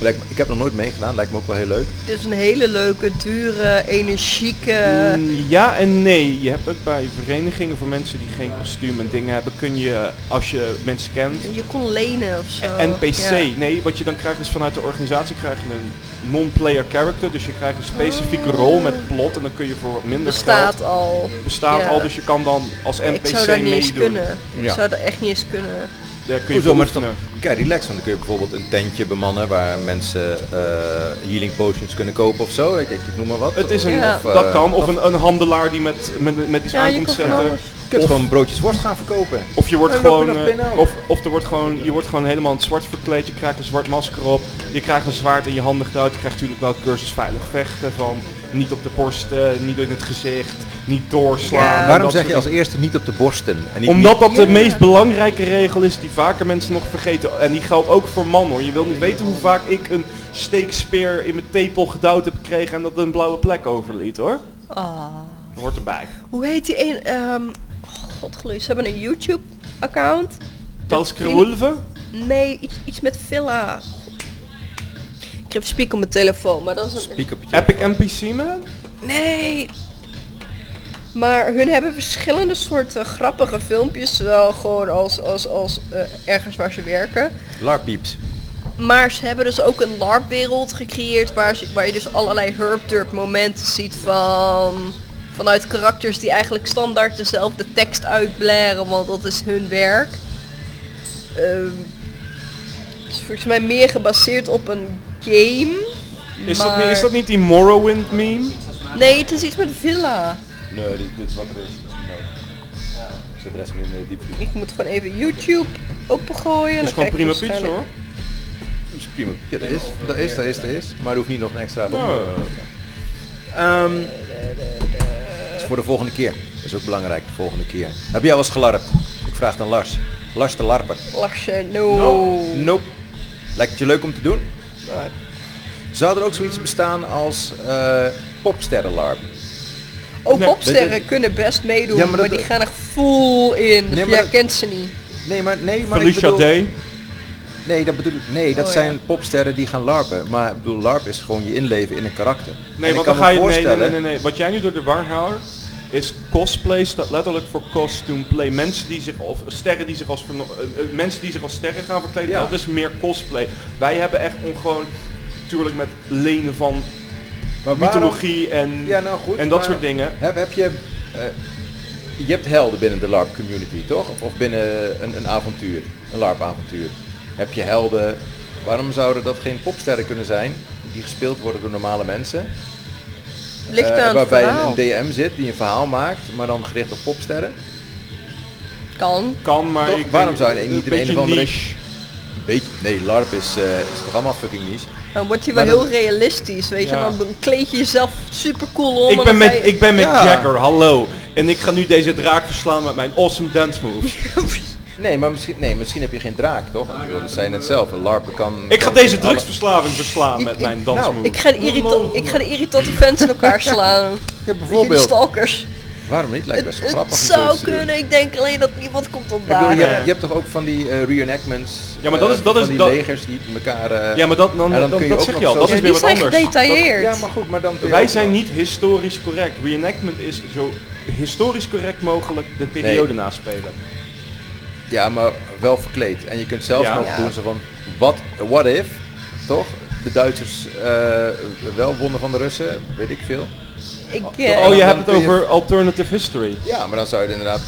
Lijkt me- ik heb nog nooit meegedaan, lijkt me ook wel heel leuk. Het is een hele leuke, dure, energieke... Mm, Ja en nee. Je hebt ook bij verenigingen voor mensen die geen kostuum en dingen hebben, kun je, eh, als je mensen kent, Je kon lenen of zo. NPC. Oh, Ja. Nee, wat je dan krijgt is vanuit de organisatie krijg je een non-player character. Dus je krijgt een specifieke rol met plot en dan kun je voor wat minder Bestaat geld... al. Bestaat Ja. al, dus je kan dan als Ik NPC zou daar niet eens meedoen. kunnen. Ik Ja. zou daar echt niet eens kunnen. Daar kun je Hoezo, voor maar het is oefenen. toch- Kijk, relax, want dan kun je bijvoorbeeld een tentje bemannen waar mensen eh, healing potions kunnen kopen of zo. Ik, ik, ik noem maar wat. Het is een, Ja. Of, eh, dat kan, of een, een handelaar die met, met, met iets Ja, aan je komt kan van zetten. alles. Je kunt gewoon broodjes worst gaan verkopen. Of je wordt En dan gewoon, kun je dat eh, binnen. of, of er wordt gewoon, je wordt gewoon helemaal in het zwart verkleed, je krijgt een zwart masker op, je krijgt een zwaard in je handen gedouwd, je krijgt natuurlijk wel cursus veilig vechten van niet op de borst, eh, niet in het gezicht, niet doorslaan. Ja. en Waarom dat zeg soort je als eerste niet op de borsten? En niet, Omdat dat de Ja. meest belangrijke regel is die vaker mensen nog vergeten. En die geldt ook voor mannen hoor. Je wilt niet weten hoe vaak ik een steekspeer in mijn tepel gedouwd heb gekregen en dat een blauwe plek overliet hoor. Ah. Dat hoort erbij. Hoe heet die een... ehm Godgeloe, ze hebben een YouTube-account. Talskreulven? Nee, iets, iets met villa. Ik heb speak op mijn telefoon, maar dat is een... Piek op je- Epic NPC man? Nee. Maar hun hebben verschillende soorten grappige filmpjes, zowel gewoon als, als, als eh, ergens waar ze werken. Larpieps. Maar ze hebben dus ook een LARP-wereld gecreëerd waar, ze- waar je dus allerlei herp momenten ziet van... Vanuit karakters die eigenlijk standaard dezelfde tekst uitblaren, want dat is hun werk. Ehm, het is volgens mij meer gebaseerd op een game. Is, dat, maar- niet- is dat niet die Morrowind meme? Nee, het is iets met villa. Nee, dit, dit is wat er is. Nee. Ik zet de rest in de diepvries. Ik moet gewoon even YouTube opengooien. Dat dan is gewoon kijk ik dus prima pizza waarschijnlijk- hoor. Dat is prima. Ja, dat is, dat is, dat is, dat is. Maar er hoeft niet nog een extra. Ja. Ehm, dat is voor de volgende keer. Dat is ook belangrijk, de volgende keer. Heb jij wel eens gelarpt? Ik vraag het aan Lars. Lars de larper. Lachen, no. Nope. Lijkt het je leuk om te doen? Zou er ook zoiets bestaan als eh popsterrenlarp? Ook Nee, popsterren weet kunnen best meedoen, Ja, maar maar, dat- die gaan er full in. Nee, maar Jij dat- kent ze niet. Nee, maar nee, maar ik Felicia bedoel, Day. nee, dat bedoel ik. Nee, dat Oh, ja. zijn popsterren die gaan larpen. Maar ik bedoel, larp is gewoon je inleven in een karakter. En Nee, ik want kan dan me ga je, nee, nee, voorstellen- nee, nee, nee. Wat jij nu door de war houdt, is cosplay staat letterlijk voor costume play. Mensen die zich, of sterren die zich als, verno- eh, eh, mensen die zich als sterren gaan verkleden, Ja. dat is meer cosplay. Wij hebben echt om gewoon, natuurlijk met lenen van Maar waarom- mythologie en, Ja, nou goed, en dat maar- soort dingen. Heb, heb je, eh, je hebt helden binnen de LARP community, toch? Of, of binnen een, een avontuur, een LARP avontuur. Heb je helden, waarom zouden dat geen popsterren kunnen zijn die gespeeld worden door normale mensen? Ligt Eh, aan het waarbij een, verhaal. een DM zit die een verhaal maakt, maar dan gericht op popsterren. Kan. Kan, maar Toch? ik Waarom denk- zou je niet in een een beetje of andere- niche. Weet, nee, LARP is, eh, is toch allemaal fucking niche. Dan wordt hij wel Maar heel dat- realistisch, weet Ja. je. Dan kleed je jezelf super cool om. Ik en ben dan met, ga je- ik ben met Ja. Jagger, hallo. En ik ga nu deze draak verslaan met mijn awesome dance moves. Nee, maar misschien, nee, misschien heb je geen draak, toch? Ik bedoel, Dat zijn het zelf. Een LARP kan... Ik ga kan deze alle- drugsverslaving verslaan met mijn Nou. dance moves. Ik ga, de irrita- ik ga de irritante fans in elkaar slaan. Ja, Die bijvoorbeeld. stalkers. Waarom niet? Lijkt best Het, grappig. het om zoiets zou te doen. kunnen, ik denk alleen dat niemand komt Ik bedoel, je, opdagen. hebt, je hebt toch ook van die eh, reenactments. Ja, maar dat eh, is- dat van is- die dat- legers die elkaar. eh, Ja, maar dat, dan, En dan dan- kun je dat ook zeg nog je al, zo- dat is Ja, weer die wat zijn anders. gedetailleerd. ja, maar goed, maar dan. kun je Wij ook zijn nog- niet historisch correct. Reenactment is zo historisch correct mogelijk de periode Nee. naspelen. Ja, maar wel verkleed. En je kunt zelfs Ja. nog Ja. doen zo van. What, what if? Toch? De Duitsers eh, wel wonnen van de Russen, weet ik veel. Ik, Ja, eh, oh, je dan hebt het kun je- over alternative history. Ja, maar dan zou je inderdaad.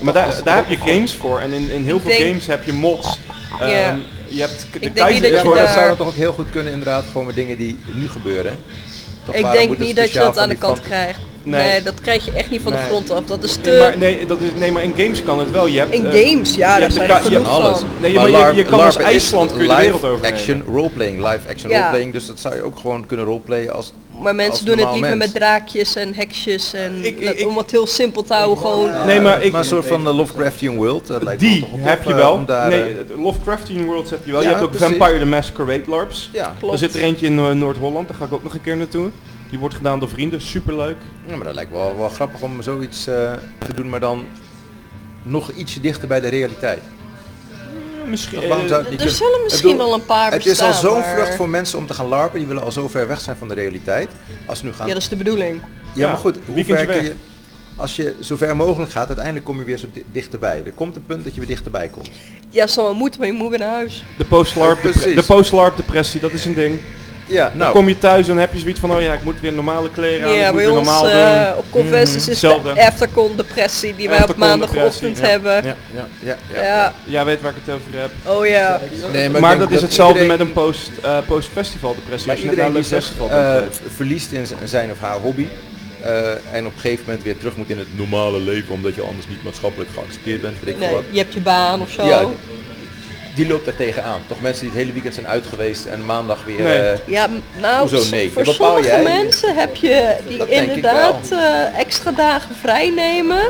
Maar als daar, het daar heb je opvalt. games voor. En in, in heel veel denk- games heb je mods. Ehm, Ja. je hebt k- de denk niet dat keizer je Ja, maar dat daar- zou dan toch ook heel goed kunnen, inderdaad, gewoon met dingen die nu gebeuren. Toch, ik waarom denk moet het niet dat je speciaal dat van aan de die kant fan- krijgt. Nee. Nee. dat krijg je echt niet van de Nee. grond af. Dat is te... Nee, maar, nee, dat is, nee, maar in games kan het wel. Je hebt, In eh, games, ja, je daar hebt de zijn ka- genoeg je hebt van. alles. Nee, maar, je, LARP- je kan als LARP is IJsland kun je de live wereld overnemen. action roleplaying, live action Ja. roleplaying, dus dat zou je ook gewoon kunnen roleplayen als Maar als mensen doen het normaal liever mens. met draakjes en heksjes en Ik- ik- om het heel simpel te houden gewoon. Nee, maar ik, maar een soort van eh, Lovecraftian world, dat lijkt me Die toch op, heb je eh, wel. om daar, nee, eh, het Lovecraftian Worlds heb je wel. je Ja, hebt ook precies. Vampire the Masquerade LARPs. ja. Klopt. Er zit er eentje in eh, Noord-Holland, daar ga ik ook nog een keer naartoe. Die wordt gedaan door vrienden, superleuk. ja, maar dat lijkt me wel, wel grappig om zoiets eh, te doen, maar dan nog ietsje dichter bij de realiteit. Misschien. Waarom zou het niet er kunnen? zullen misschien Ik bedoel, wel een paar Het is bestaan. al zo'n maar- vlucht voor mensen om te gaan larpen, die willen al zo ver weg zijn van de realiteit. Als ze nu gaan, Ja, ja, dat is de bedoeling. ja, maar goed, hoe weekendje ver kun weg. je, als je zo ver mogelijk gaat, uiteindelijk kom je weer zo di- dichterbij. Er komt een punt dat je weer dichterbij komt. Ja, Sam, moet, maar je moet weer naar huis. De post-larp, Ja, precies. de post-larp depressie, dat is een ding. Ja, Dan nou, kom je thuis en heb je zoiets van, oh ja, ik moet weer normale kleren aan, ja, ik moet bij weer ons normaal eh, doen. op Mm, conventies Mhm, is hetzelfde. de aftercon depressie die wij op Aftercon maandagochtend depressie, ja. hebben. Ja. ja, ja, ja. Ja. Jij weet waar ik het over heb. oh ja. Nee, Maar, ik denk dat is hetzelfde iedereen- met een post, eh, post-festival depressie. Maar Als je net naar iedereen een die zich leuk festival eh, bent. verliest in z- zijn of haar hobby eh, en op een gegeven moment weer terug moet in het normale leven omdat je anders niet maatschappelijk geaccepteerd bent, weet ik veel Nee, wat. je hebt je baan of zo. Ja, Ja, die- die loopt daar tegenaan. Toch mensen die het hele weekend zijn uit geweest en maandag weer... Nee. eh, m- nou, Hoezo nee? voor Dat bepaal sommige jij. mensen heb je die Dat denk ik inderdaad eh, extra dagen vrij nemen.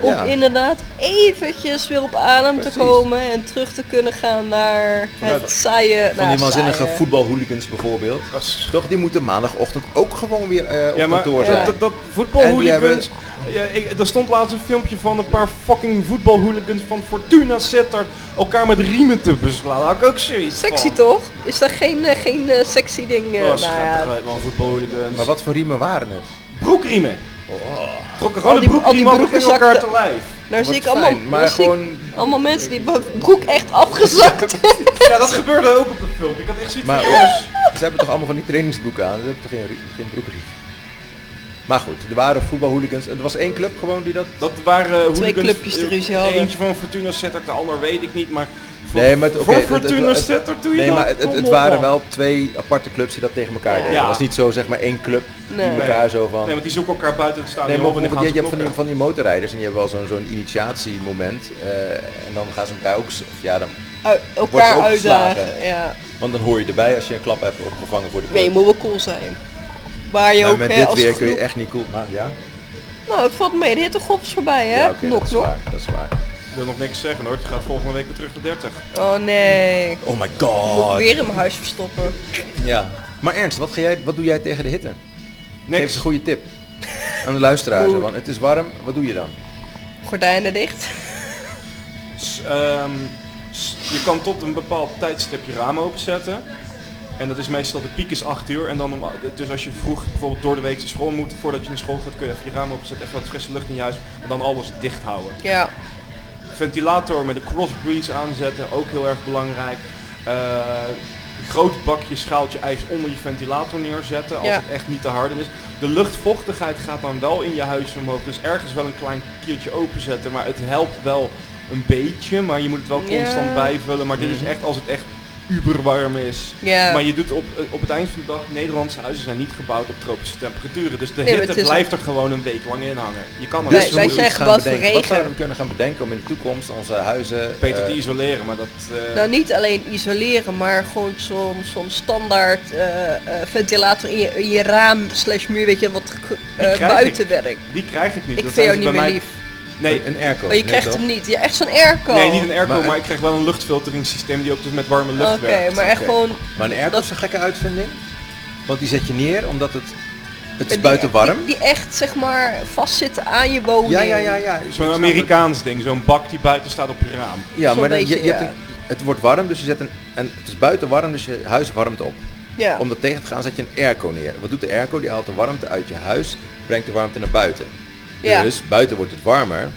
Om Ja. inderdaad eventjes weer op adem Precies. te komen en terug te kunnen gaan naar Ja, het saaie... van die waanzinnige voetbal. voetbalhooligans bijvoorbeeld. Toch, die moeten maandagochtend ook gewoon weer eh, op Ja, maar kantoor dat, zijn. dat, dat En voetbalhooligans... die Ja, ik, er stond laatst een filmpje van een paar fucking voetbalhooligans van Fortuna Sittard elkaar met riemen te beslaan. Daar had ik ook zoiets Sexy van. toch? Is daar geen, eh, geen eh, sexy ding? eh, Oh, nou ja, schattigheid, man, voetbalhooligans. Maar wat voor riemen waren het? Broekriemen. Trokken Al gewoon de die- al die broekriemen broeken in elkaar zakten- te lijf. daar nou zie Wat ik allemaal, fijn, maar daar zie ik gewoon- allemaal mensen die bo- broek echt afgezakt. Ja, dat gebeurde ook op de film. Ik had echt zoiets Maar van, jongens, jongens, ze hebben toch allemaal van die trainingsbroeken aan, ze hebben toch geen, rie- geen broekriet. Maar goed, er waren voetbalhooligans. Er was één club gewoon die dat dat waren eh, hooligans, clubjes eh, ruzie hadden. Eentje van Fortuna Sittard, de ander weet ik niet, maar... Voor, Nee, maar het, oké, voor het- het- Fortuna het- Sittard doe je Nee, dat? maar het, het, Kom het op, waren man. wel twee aparte clubs die dat tegen elkaar deden. Ja. Het was niet zo zeg maar één club Nee. die elkaar zo van... Nee, want die zoeken elkaar buiten het stadion Nee, maar op en dan bijvoorbeeld, gaan je, ze je hebt van die, van knokken. die motorrijders en die hebben wel zo'n zo'n initiatiemoment. eh, en dan gaan ze elkaar ook... z- Of ja, dan, Ui- Wordt ze elkaar ook geslagen? uitdagen. Ja. want dan hoor je erbij als je een klap hebt opgevangen voor de club. Nee, je moet wel cool zijn. Maar je Maar ook Nou, met hè, dit als weer het kun je genoeg- echt niet cool maken. Ja, Nou, het valt mee. De hitte gops voorbij, hè? ja oké, dat Knok, is knok. waar. Dat is waar. Ik wil nog niks zeggen hoor, het gaat volgende week weer terug naar 30. Oh nee. Oh my Moet ik god. weer in mijn huis verstoppen. Ja. Maar Ernst, wat, ga jij, wat doe jij tegen de hitte? Geef Niks. eens een goede tip aan de luisteraars. Want het is warm, wat doe je dan? Gordijnen dicht. S- ehm, s- je kan tot een bepaald tijdstip je raam openzetten. En dat is meestal de piek is 8 uur. En dan om, a- dus als je vroeg bijvoorbeeld door de week naar school moet, voordat je naar school gaat, kun je even je raam openzetten, even wat frisse lucht in je huis. En dan alles dicht houden. Ja. Ventilator met een crossbreeze aanzetten, ook heel erg belangrijk. Eh, groot bakje, schaaltje ijs onder je ventilator neerzetten als Ja. het echt niet te harden is. De luchtvochtigheid gaat dan wel in je huis omhoog, dus ergens wel een klein kiertje openzetten. Maar het helpt wel een beetje, maar je moet het wel Ja. constant bijvullen. Maar dit is echt als het echt uberwarm is. Ja. Maar je doet op, eh, op het eind van de dag, Nederlandse huizen zijn niet gebouwd op tropische temperaturen. Dus de Nee, maar hitte het is- blijft er gewoon een week lang in hangen. Je kan er dus Wij- niet moeten wij zijn iets Dus gaan gebouwd voor bedenken. Wat regen. zouden we kunnen gaan bedenken om in de toekomst onze huizen... beter eh, te isoleren, maar dat... eh, Nou, niet alleen isoleren, maar gewoon soms soms standaard eh, eh, ventilator in je, in je raam slash muur, weet je, wat ge- eh, krijg ik. buitenwerk. Die krijg ik niet. Ik Dat vind jou zijn niet ze meer bij mij- lief. Nee, een airco. Oh, je nee, krijgt toch? hem niet. Ja, echt zo'n airco. nee, niet een airco, maar, Maar- ik krijg wel een luchtfilteringssysteem die ook dus met warme lucht Oké, werkt. maar echt Oké. gewoon... Maar een airco dat- is een gekke uitvinding. Want die zet je neer omdat het... Het is die- buiten warm. Die, die echt, zeg maar, vastzitten aan je woning. Ja, ja, ja, ja. Zo'n Amerikaans ding, zo'n bak die buiten staat op je raam. Ja, Zo'n maar dan, je, beetje, je hebt ja. een, het wordt warm, dus je zet een, en het is buiten warm, dus je huis warmt op. Ja. Om dat tegen te gaan zet je een airco neer. Wat doet de airco? Die haalt de warmte uit je huis, brengt de warmte naar buiten. Ja. Dus buiten wordt het warmer,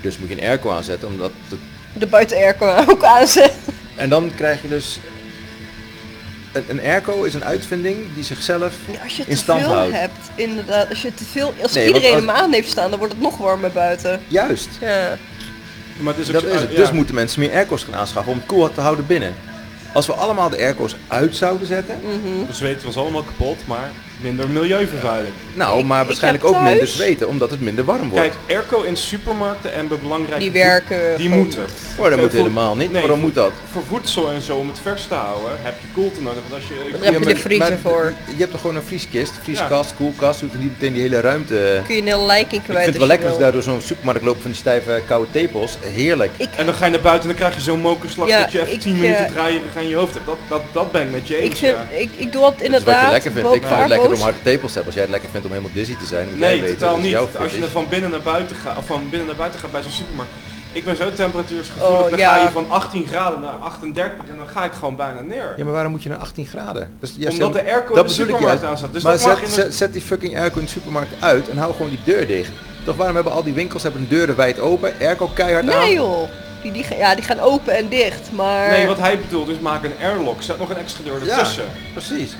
dus moet je een airco aanzetten. Omdat het, De buiten-airco ook aanzet. en dan krijg je dus... Een, een airco is een uitvinding die zichzelf Als je in te stand veel houdt. hebt, inderdaad. Als je te veel... Als Nee, want iedereen als- hem aan heeft staan, dan wordt het nog warmer buiten. Juist, Ja. Maar het is ook dat zo- is het. ja. Dus moeten mensen meer airco's gaan aanschaffen om het koel te houden binnen. Als we allemaal de airco's uit zouden zetten, Mm. De zweet was allemaal kapot, maar minder milieuvervuiling. Nou, Ik- maar ik waarschijnlijk heb ook minder thuis- zweten, omdat het minder warm wordt. Kijk, airco in supermarkten en bij belangrijke... Die voed- werken Die gewoon. moeten. oh, dat Eh, moet voor- helemaal niet. nee, Waarom voor- moet dat? Voor voedsel en zo, om het vers te houden, heb je koelte nodig. Want als je... heb je de vriezer voor. Je hebt toch gewoon een vrieskist, vrieskast, koelkast, hoeft niet meteen die hele ruimte. Kun je een heel lijk in Ik kwijt vind het wel als lekker als je je daar door zo'n supermarkt loopt van die stijve koude tepels. Heerlijk. Ik- En dan ga je naar buiten en dan krijg je zo'n mokerslag Ja, dat je even ik, 10 minuten eh, draaien en ga in je hoofd hebt. Dat, dat, dat ben ik met je wil. eens, Ik, vind, ja. ik, ik Dat doe dat is wat je inderdaad. lekker vindt. boven Ik vind het lekker armhoofd. om harde tepels te hebben. Als jij het lekker vindt om helemaal dizzy te zijn, moet Nee, jij weten totaal dat het niet. jouw Als je fetish er is. van binnen naar buiten gaat, of van binnen naar buiten gaat bij zo'n supermarkt. Ik ben zo temperatuursgevoelig, Oh, dan ja. ga je van 18 graden naar 38 en dan ga ik gewoon bijna neer. Ja, maar waarom moet je naar 18 graden? Dus, ja, Omdat zeg- de airco dat in de bedoel ik supermarkt juist. aan staat, dus maar dat zet, mag in de- zet, zet die fucking airco in de supermarkt uit en hou gewoon die deur dicht. Toch waarom hebben al die winkels hebben deuren wijd open, airco keihard aan? Nee joh. Die, die, ga- ja, die gaan open en dicht, maar Nee, wat hij bedoelt is maak een airlock, zet nog een extra deur Ja, ertussen. precies.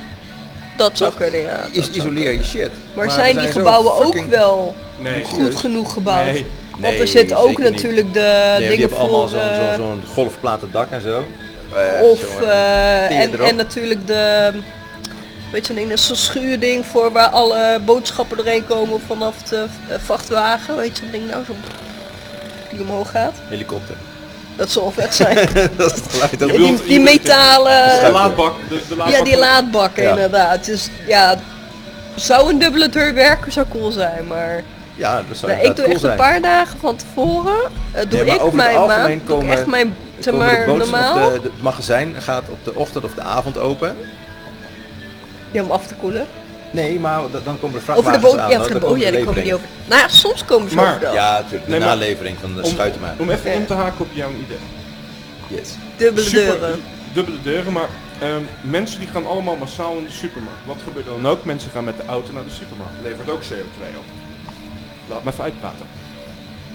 dat zou kunnen, ja. dat Is, zou isoleer je shit. Maar, we zijn die zo gebouwen fucking- ook wel Nee, goed genoeg gebouwd? Nee. Want Nee, er zitten ook zeker niet. natuurlijk de Nee, die dingen hebben allemaal voor... zo'n eh, zo'n zo'n golfplaten dak en zo. Eh, of jongen, eh, teer en, erop. en natuurlijk de... Weet je, zo'n ding, zo'n schuurding voor waar alle boodschappen doorheen komen vanaf de eh, vrachtwagen. Weet je, zo'n ding nou, zo'n... Die omhoog gaat. helikopter. Dat zal vet zijn. dat is het geluid dat die, bedoel- die, metalen... De laadbak, de, de laadbak. Ja, die laadbakken Ja. inderdaad. Dus ja, zou een dubbele deur werken zou cool zijn, maar... Ja, dat zou Nou, ik inderdaad doe cool echt een zijn. paar dagen van tevoren. eh, doe Nee, maar ik over het mijn algemeen maand. Doe ik komen- echt mijn, zeg Komen de maar, bootsen of normaal. de- de- Het magazijn gaat op de ochtend of de avond open. Ja, om af te koelen. Nee, maar da- dan komen de Over de vrachtwagens boot. aan. Ja, over de boot. Ja, daar dan kom komen ik de niet over. Nou ja, soms komen ze Maar- overdag. Ja, natuurlijk. De Nee, maar- navelevering van de schuitenmaak. Om even Ja. in te haken op jouw idee. Yes. Dubbele Super- deuren. Dubbele deuren, maar ehm, mensen die gaan allemaal massaal in de supermarkt. Wat gebeurt er dan ook? Mensen gaan met de auto naar de supermarkt. Levert ook CO2 op. Laat me even uitpraten.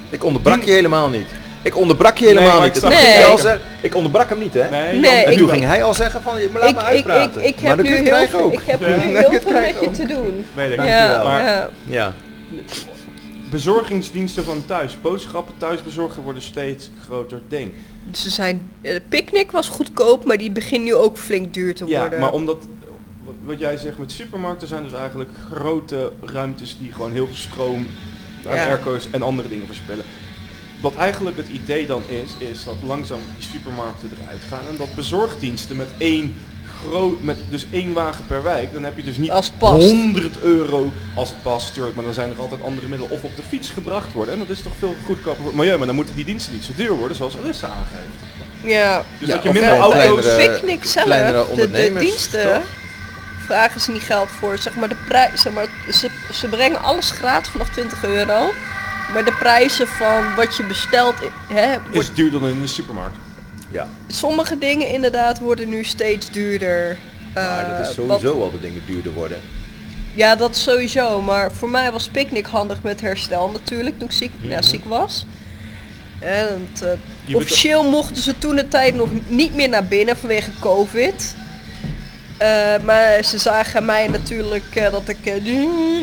Ik onderbrak je helemaal niet. Ik onderbrak je helemaal Nee, maar niet. ik Dat zag- ging Nee. hij al zeggen. Ik onderbrak hem niet, hè? Nee, Nee, Jan, En ik- toen ging hij al zeggen van, je- maar laat Ik, me ik, ik, uitpraten. ik Maar heb dat kun nu je heel krijgen veel, ook. ik heb nu Ja, dat heel kun veel je met je ook. te doen. Weet ik. Ja, Maar- ja. Ja. Bezorgingsdiensten van thuis, boodschappen thuis bezorgen worden steeds groter ding. Ze zijn, eh, de picknick was goedkoop, maar die begint nu ook flink duur te Ja, worden. maar omdat wat jij zegt met supermarkten zijn dus eigenlijk grote ruimtes die gewoon heel veel stroom, aan Ja. airco's en andere dingen verspillen. Wat eigenlijk het idee dan is, is dat langzaam die supermarkten eruit gaan en dat bezorgdiensten met één groot, met dus één wagen per wijk, dan heb je dus niet Als het past. 100 euro als het past, tuurlijk, maar dan zijn er altijd andere middelen of op de fiets gebracht worden en dat is toch veel goedkoper voor het milieu, maar dan moeten die diensten niet zo duur worden zoals Arista aangeeft. ja. Dus Ja, dat je of minder gewoon auto's... kleinere- picknick zelf, Eh, kleinere de, de ondernemers, diensten, toch? vragen ze niet geld voor. Zeg maar de prijs, zeg maar, ze, ze brengen alles gratis vanaf 20 euro. Maar de prijzen van wat je bestelt, hè, wordt, Is duurder dan in de supermarkt. Ja, sommige dingen inderdaad worden nu steeds duurder. maar dat Eh, is wat- sowieso al de dingen duurder worden. ja, dat sowieso. Maar voor mij was picknick handig met herstel natuurlijk, toen ik ziek, Mhm. ja, ziek was. En het, eh, bent- officieel mochten ze toen de tijd nog niet meer naar binnen vanwege COVID. Eh, maar ze zagen mij natuurlijk eh, dat ik eh,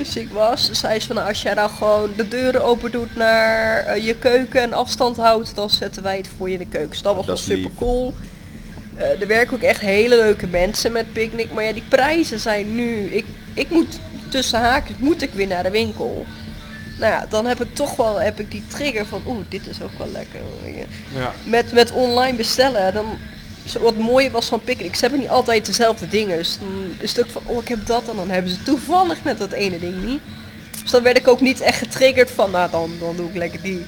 ziek was. Ze zei ze van nou, als jij nou gewoon de deuren open doet naar eh, je keuken en afstand houdt, dan zetten wij het voor je in de keuken. Dus dat was Dat wel is super lief. cool. Eh, er werken ook echt hele leuke mensen met picknick. Maar ja, die prijzen zijn nu. Ik, ik moet tussen haakjes moet ik weer naar de winkel. Nou ja, dan heb ik toch wel heb ik die trigger van oeh, dit is ook wel lekker. weet je. Ja. Met, met online bestellen, dan zo- wat mooie was van picknick. Ze hebben niet altijd dezelfde dingen. Dus dan is het ook van oh, ik heb dat en dan hebben ze toevallig net dat ene ding niet. Dus dan werd ik ook niet echt getriggerd van nou dan, dan doe ik lekker die.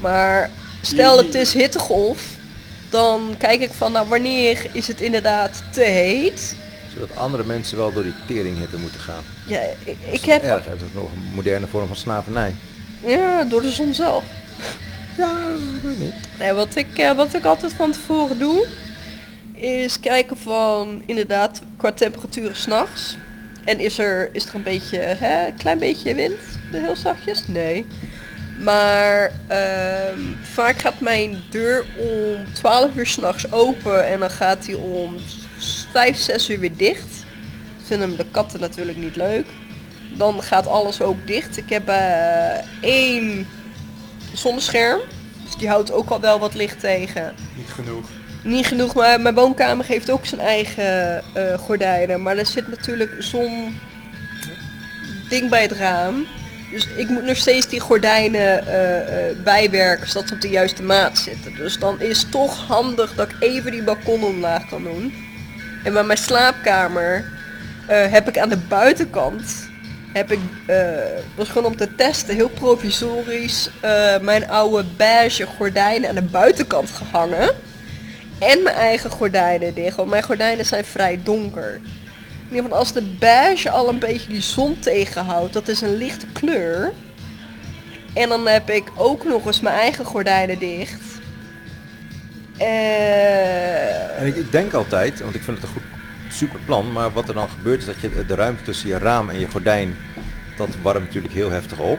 Maar stel het is hittegolf, dan kijk ik van nou wanneer is het inderdaad te heet. Zodat andere mensen wel door die teringhitte moeten gaan. Ja, ik, ik Dat is heb Erg, dat is nog een moderne vorm van slavernij. ja, door de zon zelf. Ja, ik weet niet. Nee, wat ik, eh, wat ik altijd van tevoren doe, is kijken van inderdaad qua temperaturen s'nachts. En is er, is er een beetje, hè, een klein beetje wind, heel zachtjes? Nee. Maar ehm, vaak gaat mijn deur om 12 uur s'nachts open en dan gaat hij om 5, 6 uur weer dicht. Vinden hem de katten natuurlijk niet leuk. Dan gaat alles ook dicht. Ik heb eh, één zonnescherm. Dus die houdt ook al wel wat licht tegen. Niet genoeg. Niet genoeg, maar mijn woonkamer heeft ook zijn eigen eh, gordijnen. Maar er zit natuurlijk zo'n ding bij het raam. Dus ik moet nog steeds die gordijnen eh, eh, bijwerken, zodat ze op de juiste maat zitten. Dus dan is het toch handig dat ik even die balkon omlaag kan doen. En bij mijn slaapkamer eh, heb ik aan de buitenkant, heb ik, eh, was gewoon om te testen, heel provisorisch, eh, mijn oude beige gordijnen aan de buitenkant gehangen. En mijn eigen gordijnen dicht, want mijn gordijnen zijn vrij donker. In ieder geval, als de beige al een beetje die zon tegenhoudt, dat is een lichte kleur. En dan heb ik ook nog eens mijn eigen gordijnen dicht. Eh, En ik, ik denk altijd, want ik vind het een goed, super plan, maar wat er dan gebeurt is dat je de ruimte tussen je raam en je gordijn, dat warmt natuurlijk heel heftig op.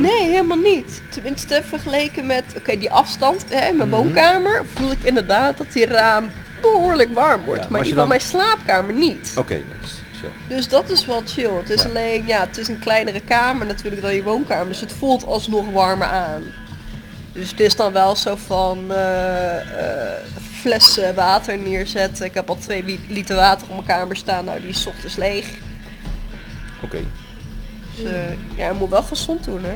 Nee, helemaal niet. Tenminste, vergeleken met oké die afstand hè, in mijn Mhm. woonkamer, voel ik inderdaad dat die raam behoorlijk warm wordt. Ja, maar maar in als je ieder geval dan- mijn slaapkamer niet. Oké, dat is zo. Dus dat is wel chill. Het is Ja. alleen, ja, het is een kleinere kamer natuurlijk dan je woonkamer. Dus het voelt alsnog warmer aan. Dus het is dan wel zo van eh, eh, flessen water neerzetten. Ik heb al twee li- liter water op mijn kamer staan. Nou, die is 's ochtends leeg. Oké. Dus eh, ja, je moet wel gezond doen, hè.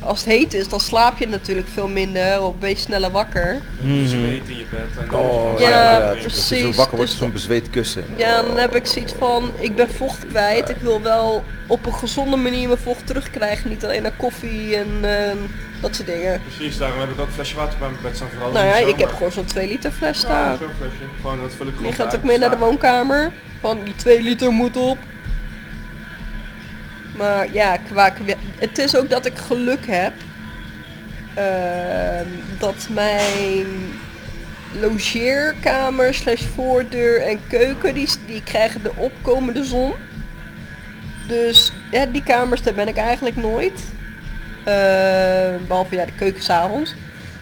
Als het heet is, dan slaap je natuurlijk veel minder. Of ben je sneller wakker. Zweet Dus in je bed. En Oh, Mhm. Ja, inderdaad. Als je precies. zo wakker wordt, Dus- zo'n bezweet kussen. Ja, dan heb ik zoiets van, ik ben vocht kwijt. Ik wil wel op een gezonde manier mijn vocht terugkrijgen. Niet alleen naar koffie en ehm, dat soort dingen. Precies, daarom heb ik ook een flesje water bij mijn bed staan. Vooral Nou ja, in de ik heb zomer. gewoon zo'n 2 liter fles Ja, staan. zo'n flesje. Gewoon, dat vul ik Die gewoon gaat bij. ook mee naar de Ja. woonkamer. Van die 2 liter moet op. Maar ja, qua... Het is ook dat ik geluk heb. ehm, dat mijn logeerkamer slash voordeur en keuken, die, die krijgen de opkomende zon. Dus ja, die kamers, daar ben ik eigenlijk nooit. Eh, behalve ja, de keuken 's avonds.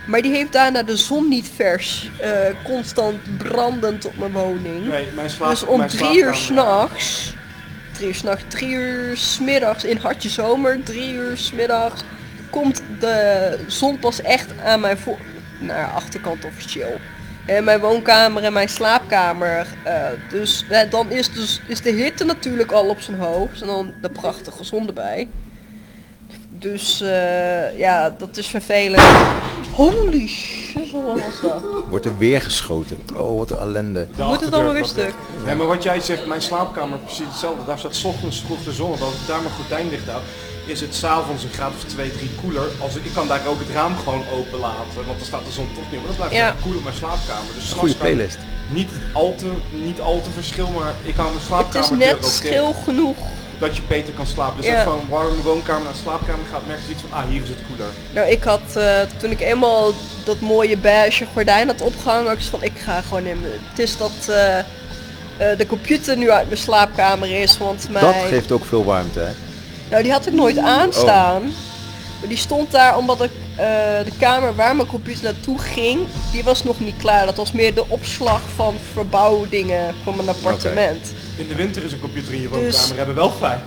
Maar die heeft daarna de zon niet vers. eh, constant brandend op mijn woning. Nee, mijn slaap, eh. Dus om mijn drie uur slaapkamer- s'nachts. Drie uur s'nachts, drie uur s'middags in hartje zomer, drie uur s'middags. Komt de zon pas echt aan mijn voor... Naar achterkant officieel. En mijn woonkamer en mijn slaapkamer. eh, dus eh, dan is, dus, is de hitte natuurlijk al op zijn hoogst. En dan de prachtige zon erbij. Dus eh, ja, dat is vervelend. Holy shit, wat was dat? Wordt er weer geschoten. Oh, wat een ellende. De Moet het allemaal weer stuk? Ja, maar wat jij zegt, mijn slaapkamer precies hetzelfde. Daar staat 's ochtends vroeg de zon op. Als ik daar mijn gordijn dicht hou, is het s'avonds een graad of 2, 3 koeler. Als ik, ik kan daar ook het raam gewoon open laten, want dan staat de zon toch niet op. Maar dat blijft Ja. gewoon koel op mijn slaapkamer. Dus s'nachts Goede kan ik playlist. Niet al, te, niet al te verschil, maar ik hou mijn Het is slaapkamer net schil genoeg. dat je beter kan slapen. Dus Ja. als je van warme woonkamer naar slaapkamer gaat, merk je iets van, ah hier is het koeler. Nou, ik had eh, toen ik eenmaal dat mooie beige gordijn had opgehangen, had ik van ik ga gewoon in. mijn- Het is dat eh, eh, de computer nu uit mijn slaapkamer is, want mijn. Dat geeft Oh. ook veel warmte, hè? Nou, die had ik nooit aanstaan. Maar die stond daar omdat ik eh, de kamer waar mijn computer naartoe ging, die was nog niet klaar. Dat was meer de opslag van verbouwdingen voor mijn appartement. In de winter is een computer in je Dus- woonkamer hebben wel fijn.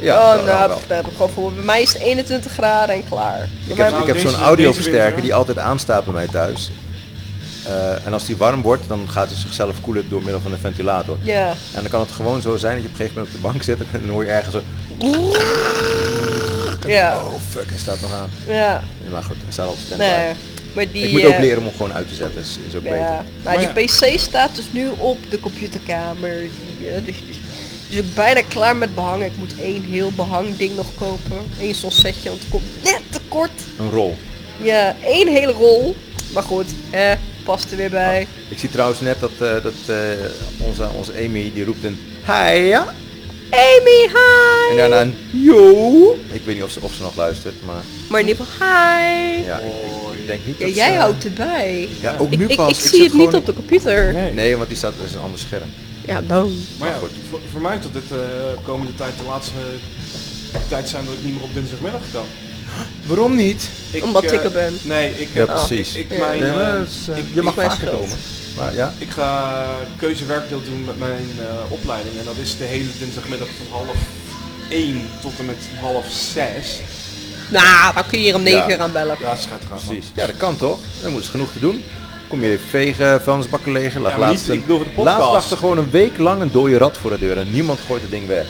Ja, oh, dat nou, wel. pff, daar heb ik gewoon voor. Bij mij is het 21 graden en klaar. Ik Bij heb, mij- ik heb deze- zo'n deze audioversterker winter. die altijd aanstaat bij mij thuis. Eh, en als die warm wordt, dan gaat hij zichzelf koelen door middel van een ventilator. Ja. En dan kan het gewoon zo zijn dat je op een gegeven moment op de bank zit en dan hoor je ergens een... Ja, Oh fuck, hij staat nog aan. ja, Ja, Maar goed, hij staat altijd stand nee. Maar die... Ik moet ook eh, leren om hem gewoon uit te zetten, is, is ook Ja, beter. nou, Maar die pc staat dus nu op de computerkamer. Die, eh, dus, dus, dus ik ben bijna klaar met behangen. Ik moet één heel behangding nog kopen. Eén zo'n setje, want het komt net te kort. Een rol. Ja, één hele rol. Maar goed, eh, past er weer bij. Ik zie trouwens net dat, eh, dat eh, onze, onze Amy die roept een ja Amy, en hi! daarna een yo. Ik weet niet of ze, of ze nog luistert, maar Maar in ieder geval, hi! Ja, ja, ik, ik- ik denk niet dat jij ze- houdt erbij. Ja, ook Ik, nu ik, pas. ik zie zit het niet gewoon- op de computer. Nee, want die staat dat is een ander scherm. Ja, dan. Maar ja, voor, voor mij tot dit eh, komende tijd de laatste tijd zijn dat ik niet meer op dinsdagmiddag kan. Waarom niet? Omdat eh, ik er ben. Nee, ik Ja, heb... precies. Ik, ik, Ja. mijn, Nee, maar eh, dat is, eh, ik- je mag ik ben vaker schuld. komen. Maar ja, ik ga keuzewerkdeel doen met mijn eh, opleiding. En dat is de hele dinsdagmiddag van half 1 tot en met half 6. Nou, dan kun je hier om 9 Ja. uur aan bellen. Ja, schijt trouwens. precies. Ja, dat kan toch? Dan moeten ze genoeg te doen. Kom je even vegen, vuilnisbakken legen. Lag Ja, maar niet- laatst, een- ik bedoel voor de podcast. laatst lag er gewoon een week lang een dode rat voor de deur en niemand gooit het ding weg.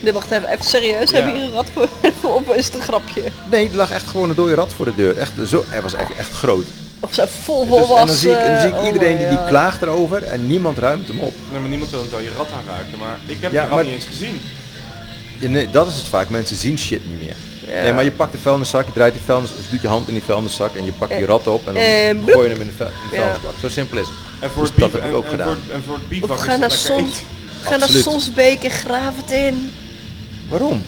Nee, wacht even, even serieus. Hebben we hier een rat voor, voor op? Is het een grapje? Nee, er lag echt gewoon een dode rat voor de deur. Echt, zo, hij was echt, echt groot. Of zo vol Dus- volwassen. en dan zie ik, en dan zie ik oh iedereen my die, die God. klaagt erover en niemand ruimt hem op. Nee, maar niemand wil een dode rat aanraken, maar ik heb Ja, die rat maar- niet eens gezien. Ja, nee, dat is het vaak. Mensen zien shit niet meer. Nee, maar je pakt de vuilniszak, je draait die vuilnis, je doet je hand in die vuilniszak en je pakt die rat op en dan En bloep. gooi je hem in de, vuil- in de Eh, Ja. vuilnisbak. Zo simpel is het. En voor Dus het dat bief, heb ik en, ook en gedaan. Voor, en voor het Of biefbak ga naar Sons. Ga naar Absoluut. Sonsbeek en graaf het in. Waarom?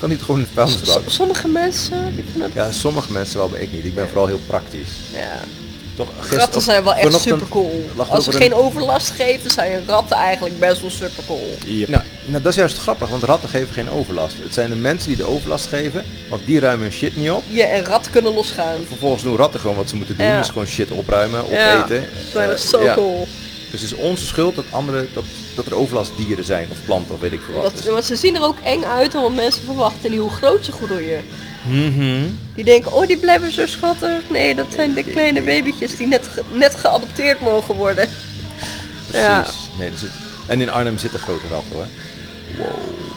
Kan niet gewoon in de vuilnisbak? S- sommige mensen. die vinden het- Ja, sommige mensen wel, maar ik niet. Ik ben vooral heel praktisch. Ja. Toch, gister- Ratten zijn wel echt vanochtend super cool. lag er Als ze over geen een- overlast geven, zijn ratten eigenlijk best wel super cool. Nou, nou, dat is juist grappig, want ratten geven geen overlast. Het zijn de mensen die de overlast geven, want die ruimen hun shit niet op. Ja, en ratten kunnen losgaan. Vervolgens doen ratten gewoon wat ze moeten doen, Ja. dus gewoon shit opruimen, Ja, opeten. zijn Eh, echt zo ja. cool. Dus het is onze schuld dat, andere, dat, dat er overlastdieren zijn, of planten, of weet ik veel wat. Want, Dus- want ze zien er ook eng uit, want mensen verwachten niet hoe groot ze groeien. Mhm. Die denken, oh die blijven zo schattig. Nee, dat zijn de kleine babytjes die net, ge- net geadopteerd mogen worden. Ja. Precies. Nee, er zit- En in Arnhem zitten grote ratten hoor. Wow.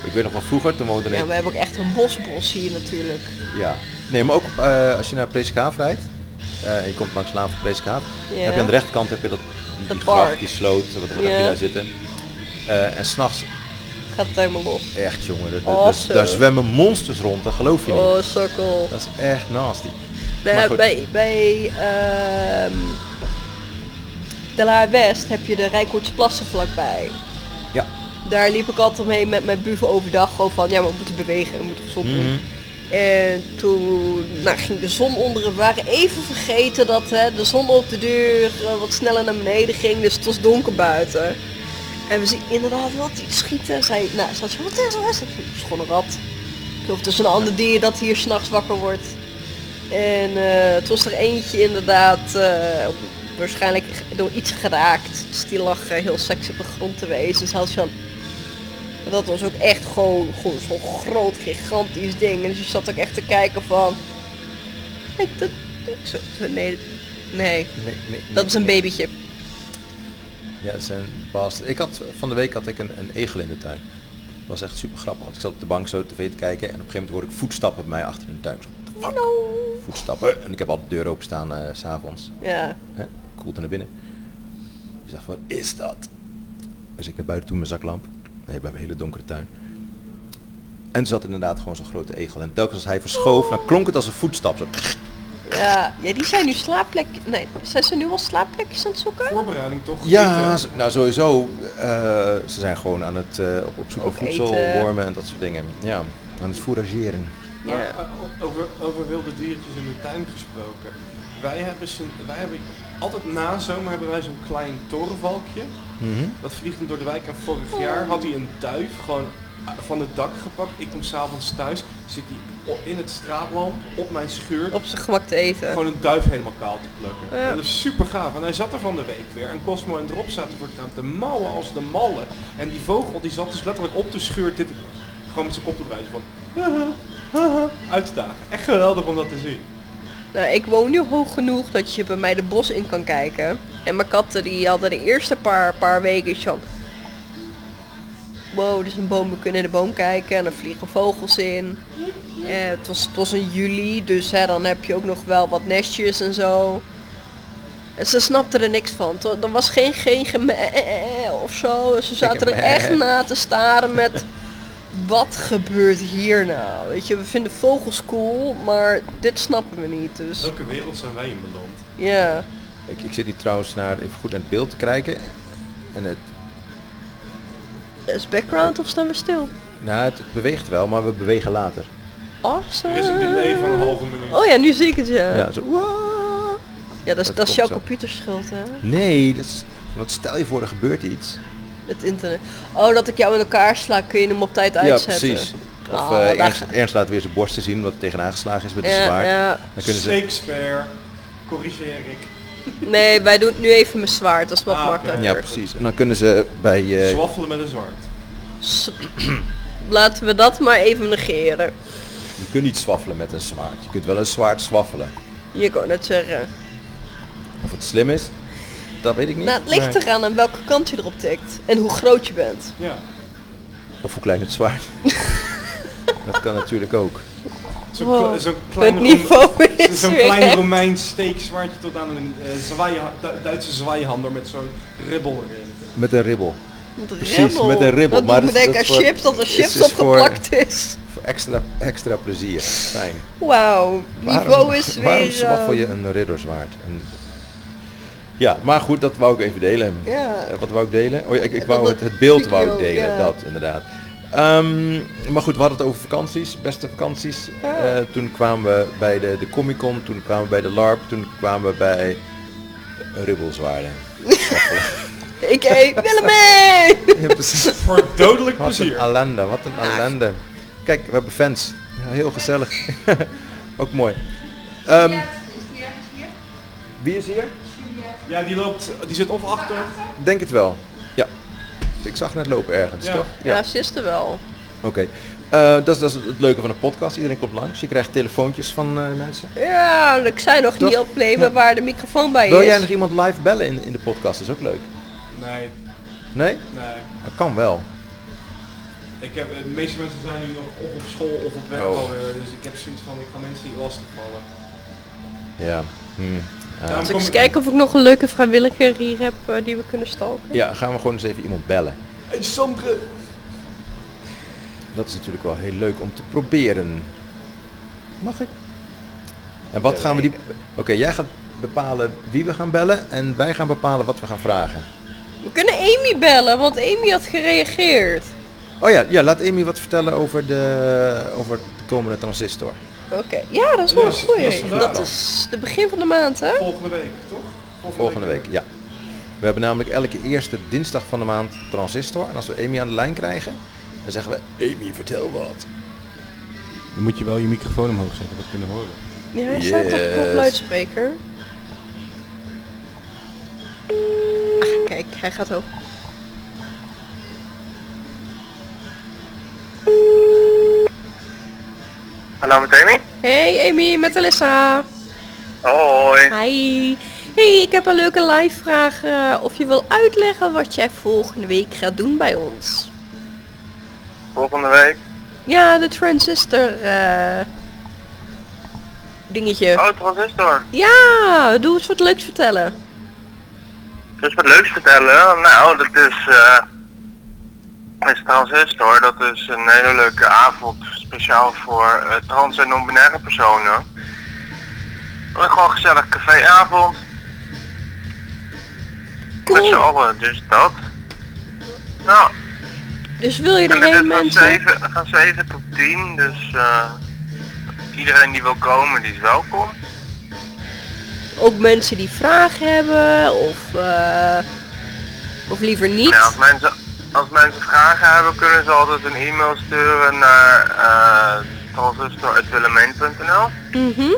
Ik weet nog van vroeger, toen woonde Ja, ik... we hebben ook echt een bosbos hier natuurlijk. Ja. Nee, maar ook eh, als je naar Prins Kaaf rijdt, eh, je komt langs de laan van Prins Kaaf, dan heb je aan de rechterkant heb je dat, die, Dat die park. gracht, die sloot, wat, wat heb Ja. je daar zitten. Eh, en s'nachts, Gaat het helemaal los. echt jongen, dat- dat- Oh, dat- zo. daar zwemmen monsters rond, dat geloof je niet. Oh, sukkel. Dat is echt nasty. Maar Daar- goed. Bij, bij ehm De La West heb je de Rijkoortsplassen vlakbij. Ja. Daar liep ik altijd omheen met mijn buven overdag. Gewoon van, ja, maar we moeten bewegen, we moeten gezond doen. En toen nou, ging de zon onder. We waren even vergeten dat hè, de zon op de deur eh, wat sneller naar beneden ging. Dus het was donker buiten. En we zien inderdaad wat iets schieten. Zij, nou, ze had zo, wat is er? Wat is er? Ik zei, "Het is gewoon een rat. Of het is een ander dier dat hier s'nachts wakker wordt. En eh, het was er eentje inderdaad eh, waarschijnlijk door iets geraakt. Dus die lag eh, heel sexy op de grond te wezen. Dus had ze van... En dat was ook echt gewoon, gewoon zo'n groot, gigantisch ding. En dus je zat ook echt te kijken van... Nee, dat, dat- zo- zo- nee, nee, Nee, nee, dat is een babytje. Ja, het zijn past. Ik had van de week had ik een, een egel in de tuin. Dat was echt super grappig. want Ik zat op de bank zo tv te kijken en op een gegeven moment hoorde ik voetstappen bij mij achter in de tuin. Zo, what the fuck? Voetstappen. En ik heb al de deur open staan eh, s s'avonds. Ja. Koelte naar binnen. Ik dacht, wat is dat? Dus ik naar buiten toe mijn zaklamp. Nee, bij een hele donkere tuin. En er zat inderdaad gewoon zo'n grote egel. En telkens als hij verschoof, dan klonk het als een voetstap. Zo. Ja, ja, die zijn nu slaapplek... Nee, zijn ze nu al slaapplekjes aan het zoeken? Voorbereiding toch? eh, Ja, Eten. ze- nou sowieso. eh, ze zijn gewoon aan het eh, op, op zoek Ook naar voedsel, eten. wormen en dat soort dingen. Ja, aan het fourageren. Maar, Ja. eh, Over, over wilde diertjes in de tuin gesproken. Wij hebben, z'n- wij hebben altijd na zomer hebben wij zo'n klein torenvalkje. Mhm. Dat vliegt hem door de wijk en vorig jaar had hij een duif gewoon eh, van het dak gepakt. Ik kom s'avonds thuis, zit hij o- in het straatlamp op mijn schuur. Op zijn gemak te eten. Gewoon een duif helemaal kaal te plukken. Ja. Dat is super gaaf. En hij zat er van de week weer. En Cosmo en Drop zaten voor het raam te mouwen als de mallen. En die vogel die zat dus letterlijk op de schuur dit gewoon met zijn kop te wijzen van haha, haha, uitdagen. Echt geweldig om dat te zien. Nou, ik woon nu hoog genoeg dat je bij mij de bos in kan kijken. En mijn katten die hadden de eerste paar, paar weken iets van... Wow, dit is een boom, we kunnen in de boom kijken en er vliegen vogels in. Eh, het, was, het was in juli, dus hè, dan heb je ook nog wel wat nestjes en zo. En ze snapten er niks van. To- Er was geen, geen geme of zo. Ze zaten er echt na te staren met... Wat gebeurt hier nou? Weet je, we vinden vogels cool, maar dit snappen we niet. Dus Welke wereld zijn wij in beland? ja. Ik, ik zit hier trouwens naar, even goed naar het beeld te kijken. En het, Is background of staan we stil? nou, het, het beweegt wel, maar we bewegen later. Awesome. Er is een delay van een halve minuut. Oh ja, nu zie ik het ja. Ja, Ja, zo, "Waa." dat dat is, dat is klopt jouw zo. computerschuld hè. Nee, dat is, want stel je voor er gebeurt iets. Het internet. Oh, dat ik jou in elkaar sla, kun je hem op tijd Ja, uitzetten. precies. Of Ah, eh, daar Ernst, ga- Ernst laat weer zijn borsten zien omdat hij tegenaan geslagen is met een Ja, zwaard. ja. Dan kunnen ze... Shakespeare, corrigeer ik. Nee, wij doen het nu even met zwaard, dat is wat Ah, oké. makkelijker. Ja, precies. En dan kunnen ze bij... eh, Zwaffelen met een zwart. S- Laten we dat maar even negeren. je kunt niet zwaffelen met een zwaard. Je kunt wel een zwaard zwaffelen. Je kon het zeggen. Of het slim is, dat weet ik niet. Nou, het ligt Nee. eraan aan welke kant je erop tikt en hoe groot je bent. Ja. Of hoe klein het zwaard. dat kan natuurlijk ook. Zo'n Wow. kle- zo'n Het klein, niveau Rom- is zo'n weer klein echt- Romeins steekzwaardje tot aan een eh, zwaai- Du- Duitse zwaaihander met zo'n ribbel erin. Met een ribbel. Met een Precies, met een ribbel, Dat maar dat doet me is- denken aan dat is voor- chips, dat er is- chips is opgeplakt is. Voor extra, extra plezier. Fijn. Wauw, niveau is weer... waarom zwaffel je ehm, een ridderzwaard? Een- Ja, maar goed, dat wou ik even delen. Ja. Eh, Wat wou ik delen? Oh, ja, ik, ik Dat- wou dat het, het beeld wou ik video, delen, ja. dat inderdaad. Ehm, maar goed, we hadden het over vakanties, beste vakanties. Eh, toen kwamen we bij de, de Comic Con, toen kwamen we bij de LARP, toen kwamen we bij ribbelzwaarden. Ik eet Willemijn! Ja, precies. Voor dodelijk Wat een plezier. ellende, wat een ellende. Kijk, we hebben fans. Ja, heel gezellig. Ook mooi. Ehm, wie is hier? Ja, die loopt, die zit of achter. Denk het wel. Ja. Ik zag net lopen ergens, Ja. toch? Ja, ze is er wel. Oké. Eh, dat, is, dat is het leuke van een podcast. Iedereen komt langs. Je krijgt telefoontjes van eh, mensen. Ja, ik zei nog Toch? niet opnemen waar de microfoon bij Wil is. jij nog iemand live bellen in, in de podcast? Dat is ook leuk. Nee, Nee? nee. Dat kan wel. Ik heb, eh, de meeste mensen zijn nu nog of op school of op werk Oh. alweer. Dus ik heb zoiets van, ik ga mensen niet lastigvallen. Ja. Hm. Eh, Daarom Dus ik kom eens kijken of ik nog een leuke vrijwilliger hier heb eh, die we kunnen stalken. ja, gaan we gewoon eens even iemand bellen. Hey, Sandre! Dat is natuurlijk wel heel leuk om te proberen. Mag ik? En wat gaan we die... Oké, jij gaat bepalen wie we gaan bellen en wij gaan bepalen wat we gaan vragen. We kunnen Amy bellen, want Amy had gereageerd. Oh ja, ja laat Amy wat vertellen over de, over de komende transistor. Oké, ja, dat is wel een Ja, dat is goeie. vandaag Dat al. is de begin van de maand, hè? Volgende week, toch? Volgende week, ja. We hebben namelijk elke eerste dinsdag van de maand transistor. En als we Amy aan de lijn krijgen, dan zeggen we... Amy, vertel wat. Dan moet je wel je microfoon omhoog zetten, dat kunnen horen. Ja, hij staat toch op Yes. luidspreker. Ah, kijk, hij gaat ook. Hallo met Amy. Hey Amy, met Alyssa. Hoi. Hi. Hey, ik heb een leuke live vraag eh, of je wil uitleggen wat jij volgende week gaat doen bij ons. Volgende week. Ja, de transistor eh, dingetje. Oh, transistor. Ja, doe eens wat leuks vertellen. Dus wat leuks vertellen. Nou, dat is... eh, Het is Transistor, dat is een hele leuke avond speciaal voor eh, trans- en non-binaire personen. En gewoon gezellig caféavond met z'n Cool. allen, dus dat. Nou, Dus wil je en het erheen is van mensen? 7, van 7 tot 10, dus eh, iedereen die wil komen, die is welkom. Ook mensen die vragen hebben of, eh, of liever niet. Ja, Nou, als, mensen, als mensen vragen hebben, kunnen ze altijd een e-mail sturen naar eh transistor.willemijn.nl Mhm.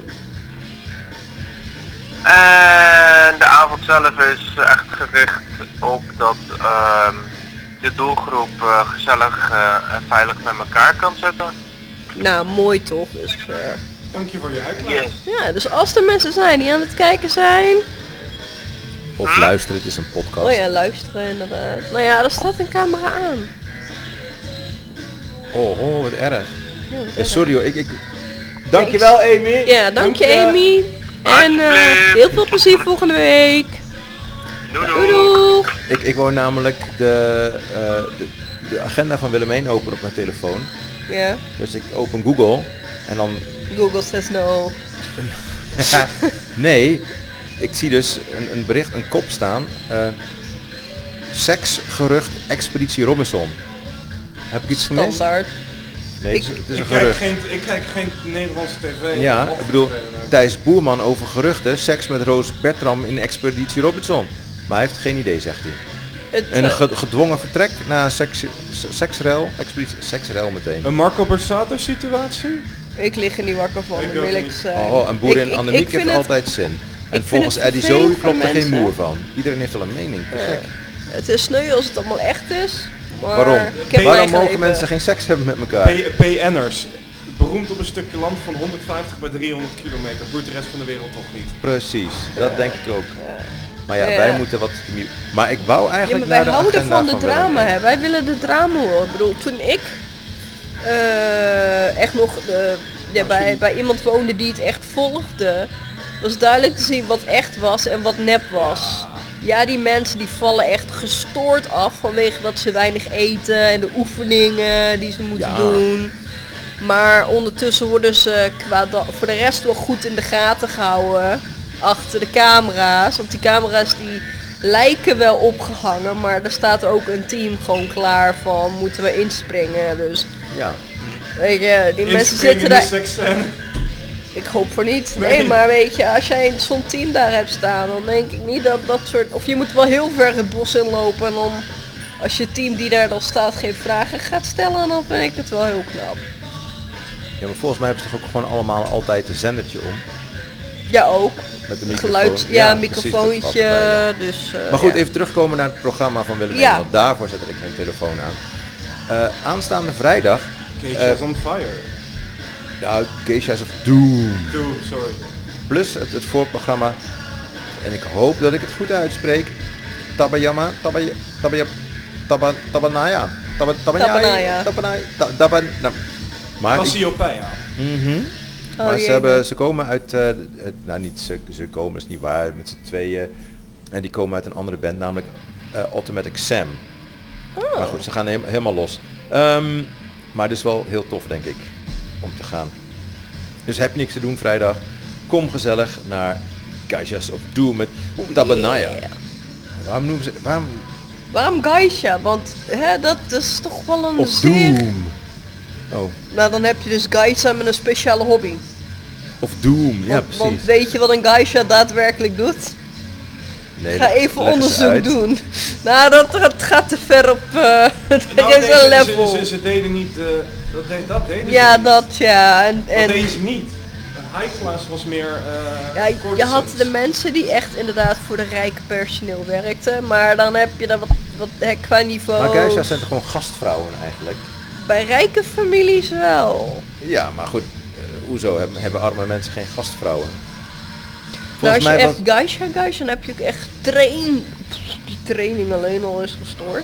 En de avond zelf is echt gericht op dat ehm, de doelgroep eh, gezellig eh, en veilig met elkaar kan zitten. Nou, mooi toch. Dus, eh, Dank je voor je uitleg. Yes. ja, dus als er mensen zijn die aan het kijken zijn. Of luisteren, het is een podcast. Oh Ah. ja, luisteren inderdaad. Nou ja, er staat een camera aan. oh, oh, wat erg. Ja, wat Eh, erg. sorry hoor, ik, ik... Dankjewel Amy. Ja, dank je Amy. En eh, heel veel plezier volgende week. Doei Doei doei! doei. Ik, ik wou namelijk de, eh, de, de agenda van Willemijn openen op mijn telefoon. Ja, Dus ik open Google en dan... Google says no. nee, ik zie dus een, een bericht, een kop staan. eh Seksgerucht Expeditie Robinson. Heb ik iets gemist? Standaard. Nee, het is, het is Ik een kijk, gerucht. geen, ik kijk geen Nederlandse tv. Ja, Of- ik bedoel, Thijs Boerman over geruchten, seks met Roos Bertram in Expeditie Robinson. Maar hij heeft geen idee, zegt hij. Het, En een eh, ge- gedwongen vertrek na een seks, se- seksrel, expeditie, seksrel meteen. Een Marco Borsato situatie? ik lig er niet wakker van, Ik om ook eerlijk niet. te zijn. Oh, en boerin Eh, Ik- ik- Annemiek ik vind heeft het- altijd zin. En vind volgens het Eddie Zoe vervelend voor klopt er geen mensen. Eh, moer van. Iedereen heeft wel een mening. Te gek. Het is sneu als het allemaal echt is. Maar Waarom? Eh, Ik heb Waarom mijn mogen leven. mensen geen seks hebben met elkaar? P- PN'ers. Beroemd op een stukje land van 150 bij 300 kilometer. Dat doet de rest van de wereld toch niet. Precies, dat denk ik ook. Maar ja, Ja. wij moeten wat... Maar ik wou Ja, maar eigenlijk wij naar de houden agenda van de Willem. drama, hè. Wij willen de drama horen. Ik bedoel, toen ik eh, echt nog eh, ja, bij, bij iemand woonde die het echt volgde, was duidelijk te zien wat echt was en wat nep was. Ja, die mensen die vallen echt gestoord af vanwege dat ze weinig eten en de oefeningen die ze moeten Ja. doen. Maar ondertussen worden ze qua da- voor de rest wel goed in de gaten gehouden. Achter de camera's. Want die camera's die lijken wel opgehangen. Maar er staat ook een team gewoon klaar van moeten we inspringen. Dus Ja. weet je, die mensen Inspringen zitten in de daar. seksscène. Ik hoop voor niet. Nee, maar weet je, als jij zo'n team daar hebt staan, dan denk ik niet dat dat soort... Of je moet wel heel ver het bos inlopen en om... Als je team die daar dan staat geen vragen gaat stellen, dan vind ik het wel heel knap. ja, maar volgens mij hebben ze toch ook gewoon allemaal altijd een zendertje om. Ja, ook. Met een Een microfoon. geluid, ja, een precies, dat valt microfoontje, erbij, ja. dus... eh, Maar goed, ja. even terugkomen naar het programma van Willem. Ja. Want daarvoor zet ik mijn telefoon aan. Eh, aanstaande vrijdag. Keesje eh, on fire. nou, Geisha's of Doom. Doe, sorry. Ah, Plus het, het voorprogramma. En ik hoop dat ik het goed uitspreek. Tabayama. Tabaya. Tabaya. Taba, tabanaya. Taba, tabanaya. Tabanaya. Tabanaya. Ta- Taban. Nou, maar ik- Cassiopeia. Mhm. Oh, maar ze, jee. hebben, ze komen uit, eh, het- nou niet ze, ze komen, is niet waar, met z'n tweeën. En die komen uit een andere band, namelijk eh, Automatic Sam. Oh. Maar goed, ze gaan heem- helemaal los. Ehm, maar het is wel heel tof, denk ik, om te gaan. Dus heb je niks te doen vrijdag, kom gezellig naar Gajas of Doom met Tabanaya. Yeah. Waarom noemen ze, waarom? Waarom Geisha? Want hè, dat is toch wel een Of zeer... Doom. Oh, Nou, dan heb je dus Geisha met een speciale hobby. of Doom, ja want, precies. want weet je wat een Geisha daadwerkelijk doet? Nee, Ga dat even leggen ze onderzoek uit. doen. Nou, dat, dat gaat te ver op... eh dat Nou, is nee, een ze- level. Ze, ze, ze deden niet... eh, dat, deed, dat deden ze ja, niet. dat ja. En, Dat en deden ze niet. Een High class was meer... eh, ja, je courtesans. had de mensen die echt inderdaad voor de rijke personeel werkten. Maar dan heb je dan wat, wat hè, qua niveau... Maar Geisha's zijn toch gewoon gastvrouwen eigenlijk? Bij rijke families wel. Ja, maar goed, eh, hoezo hebben, hebben arme mensen geen gastvrouwen? Nou, Volgens als je mij was... echt geisha geisha, dan heb je ook echt train... Pff, Die training alleen al is gestoord.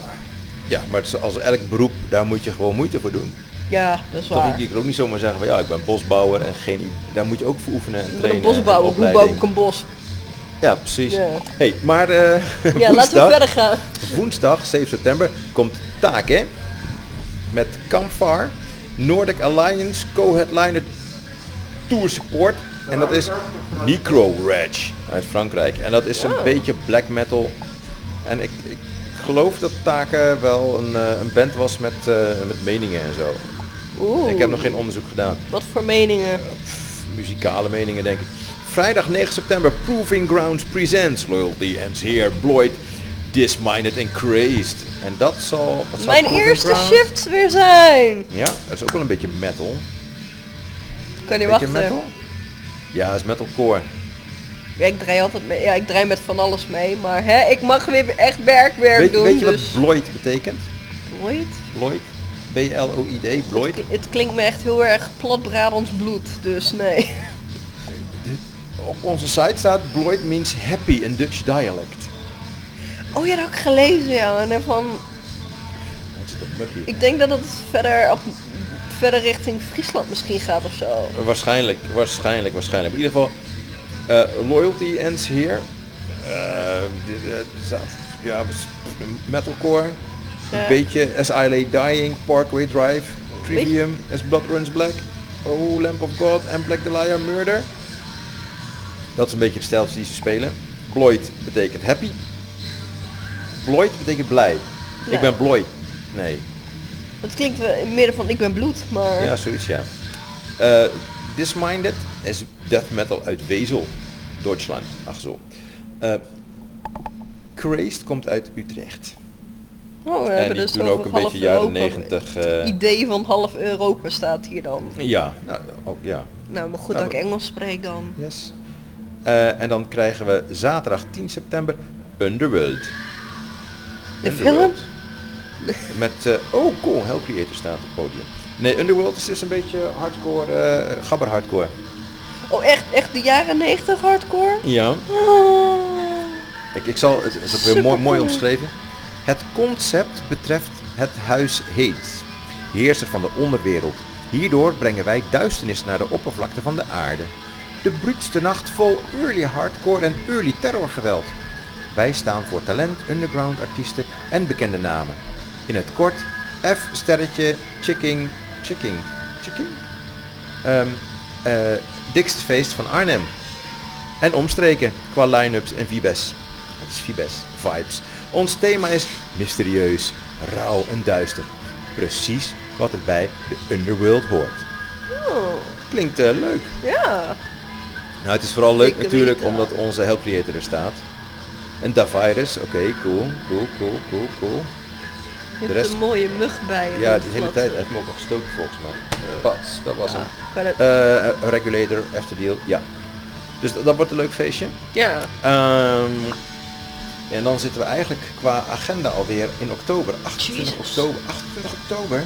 Ja, maar het is als elk beroep, daar moet je gewoon moeite voor doen. Ja, dat is Toch, waar. je kan ook niet zomaar zeggen van ja, ik ben bosbouwer en geen... i- Daar moet je ook voor oefenen en Ik ben trainen. een en bosbouwer, hoe opleiding. bouw ik een bos? Ja, precies. Ja. hey, maar eh Ja, laten we woensdag, verder gaan. woensdag 7 september komt Taak, hè? met Campfire, Nordic Alliance, co-headliner Tour Support. En dat is Necro Rage uit Frankrijk. En dat is een beetje black metal. En ik, ik geloof dat Taken wel een, eh, een band was met, eh, met meningen en zo. Oeh, Ik heb nog geen onderzoek gedaan. wat voor meningen. Muzikale meningen denk ik. Vrijdag 9 september, Proving Grounds presents Loyalty Ends Here, Bloyd, Disminded and Crazed. En dat zal... wat zal Mijn Proving eerste Grounds- shifts weer zijn. Ja, dat is ook wel een beetje metal. Kan Beetje je wachten. metal? Ja, dat is metalcore. Ja, ik draai altijd mee. Ja, ik draai met van alles mee. Maar hè, ik mag weer echt werkwerk Weet, doen. weet je wat dus... Bloyd betekent? Nooit. Bloyd? B-L-O-I-D, Bloyd. Het- Het klinkt me echt heel erg plat Brabants bloed. Dus nee. Op onze site staat Bloyd means happy in Dutch dialect. Oh ja, dat heb ik gelezen ja. En van, Dat is toch muppie. ik denk dat het verder, op, verder richting Friesland misschien gaat of zo. Waarschijnlijk, waarschijnlijk, waarschijnlijk. In ieder geval, eh, Loyalty Ends Here. Eh, dit, eh, za- ja, was- metalcore. Een Ja. beetje As I Lay Dying, Parkway Drive, Trivium, As Blood Runs Black, Oh Lamp of God en Black Dahlia Murder. Dat is een beetje de stijl die ze spelen. Bloyd betekent happy. Bloyd betekent blij. Ja. Ik ben Bloyd. Nee, Het klinkt wel in het midden van ik ben bloed, maar... ja, zoiets ja. Eh, Disminded is death metal uit Wezel, Duitsland. Ach zo. Eh, Crazed komt uit Utrecht. Oh, we en hebben die dus doen over ook een half beetje jaren Europa- negentig. eh, idee van half Europa staat hier dan. ja, nou, ook ja. Nou, maar goed Nou, dat ik Engels spreek dan. Yes. Eh, en dan krijgen we zaterdag 10 september Underworld. De Underworld. Met, eh, oh cool, Hell Creator staat op het podium. Nee, Underworld is dus een beetje hardcore, eh, gabber hardcore. Oh, echt, echt de jaren 90 hardcore? Ja. Ah. Ik, ik zal, het het is ook weer mooi, Supercool. mooi omschreven. Het concept betreft het huis heet, heerser van de onderwereld. Hierdoor brengen wij duisternis naar de oppervlakte van de aarde. De bruutste nacht vol early hardcore en early terrorgeweld. Wij staan voor talent, underground artiesten en bekende namen. In het kort, F sterretje, Chicking, Chicking, Chicking? Ehm eh, dikst feest van Arnhem. En omstreken qua line-ups en vibes. Dat is vibes, vibes. Ons thema is mysterieus, rauw en duister. Precies wat er bij de underworld hoort. Oh, Klinkt eh, leuk. ja. Nou, het is vooral leuk Zeker natuurlijk weten. omdat onze help creator er staat. En Davirus, oké, cool, cool, cool, cool, cool. Je De hebt rest- een mooie mug bij je. Ja, Eh, met die hele wat- tijd heeft me ook al gestoken volgens mij. Pas, dat was hem. Kan het- Eh, regulator, afterdeal, ja. Dus dat, dat wordt een leuk feestje. Ja, Ehm, en dan zitten we eigenlijk qua agenda alweer in oktober. 28 Jezus. oktober. 28 oktober.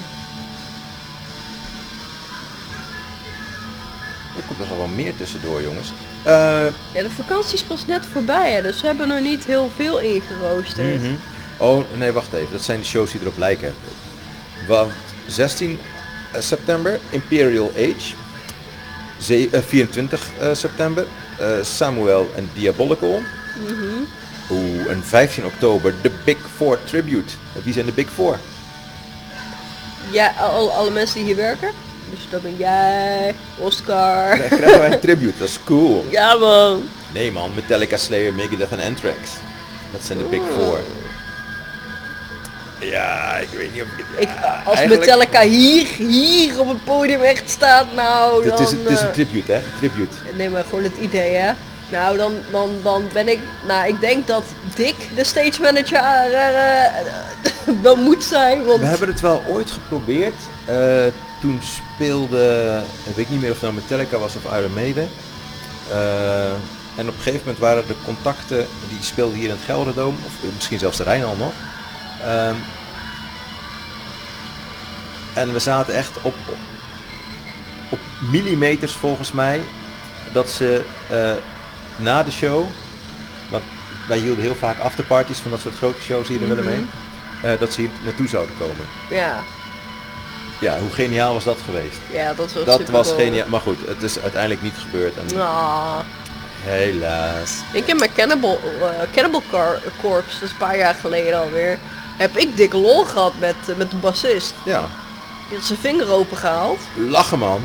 Er komt nog wel meer tussendoor, jongens. Eh, Ja, de vakantie is pas net voorbij, hè, dus we hebben er niet heel veel in geroosterd. Oh, nee, wacht even. Dat zijn de shows die erop lijken. Want 16 september, Imperial Age. Ze- eh, 24 eh, september, eh, Samuel en Diabolical. Mhm. Oeh, en 15 oktober, de Big Four Tribute. Wie zijn de Big Four? Ja, al, alle mensen die hier werken. Dus dat ben jij, Oscar. Krijgen wij een tribute, dat is cool. Ja man. Nee man, Metallica, Slayer, Megadeth en Anthrax. Dat zijn de Big Four. Ja, ik weet niet of... Ik, ja, als eigenlijk- Metallica hier, hier op het podium echt staat, nou dan... Het is, het is een eh, tribute, hè? Tribute. Nee, maar gewoon het idee, hè. Nou, dan, dan, dan ben ik... Nou, ik denk dat Dick, de stage manager, eh, eh, wel moet zijn, want... We hebben het wel ooit geprobeerd. Eh, toen speelde, ik weet niet meer of het nou Metallica was of Iron Maiden. Eh, en op een gegeven moment waren de contacten, die speelden hier in het Gelderdoom, of misschien zelfs de Rijn al nog. Ehm, en we zaten echt op, op, op millimeters volgens mij, dat ze eh, na de show, want wij hielden heel vaak afterparties van dat soort grote shows hier in Mhm. Willem eh, dat ze hier naartoe zouden komen. Ja, Ja, hoe geniaal was dat geweest? ja, dat was Dat super was cool. geniaal. Maar goed, het is uiteindelijk niet gebeurd. En Ah. Helaas. Ik heb mijn Cannibal, eh, Cannibal Car- Corpse, dat is een paar jaar geleden alweer, heb ik dik lol gehad met, eh, met de bassist. Ja, Die had zijn vinger open gehaald. Lachen man.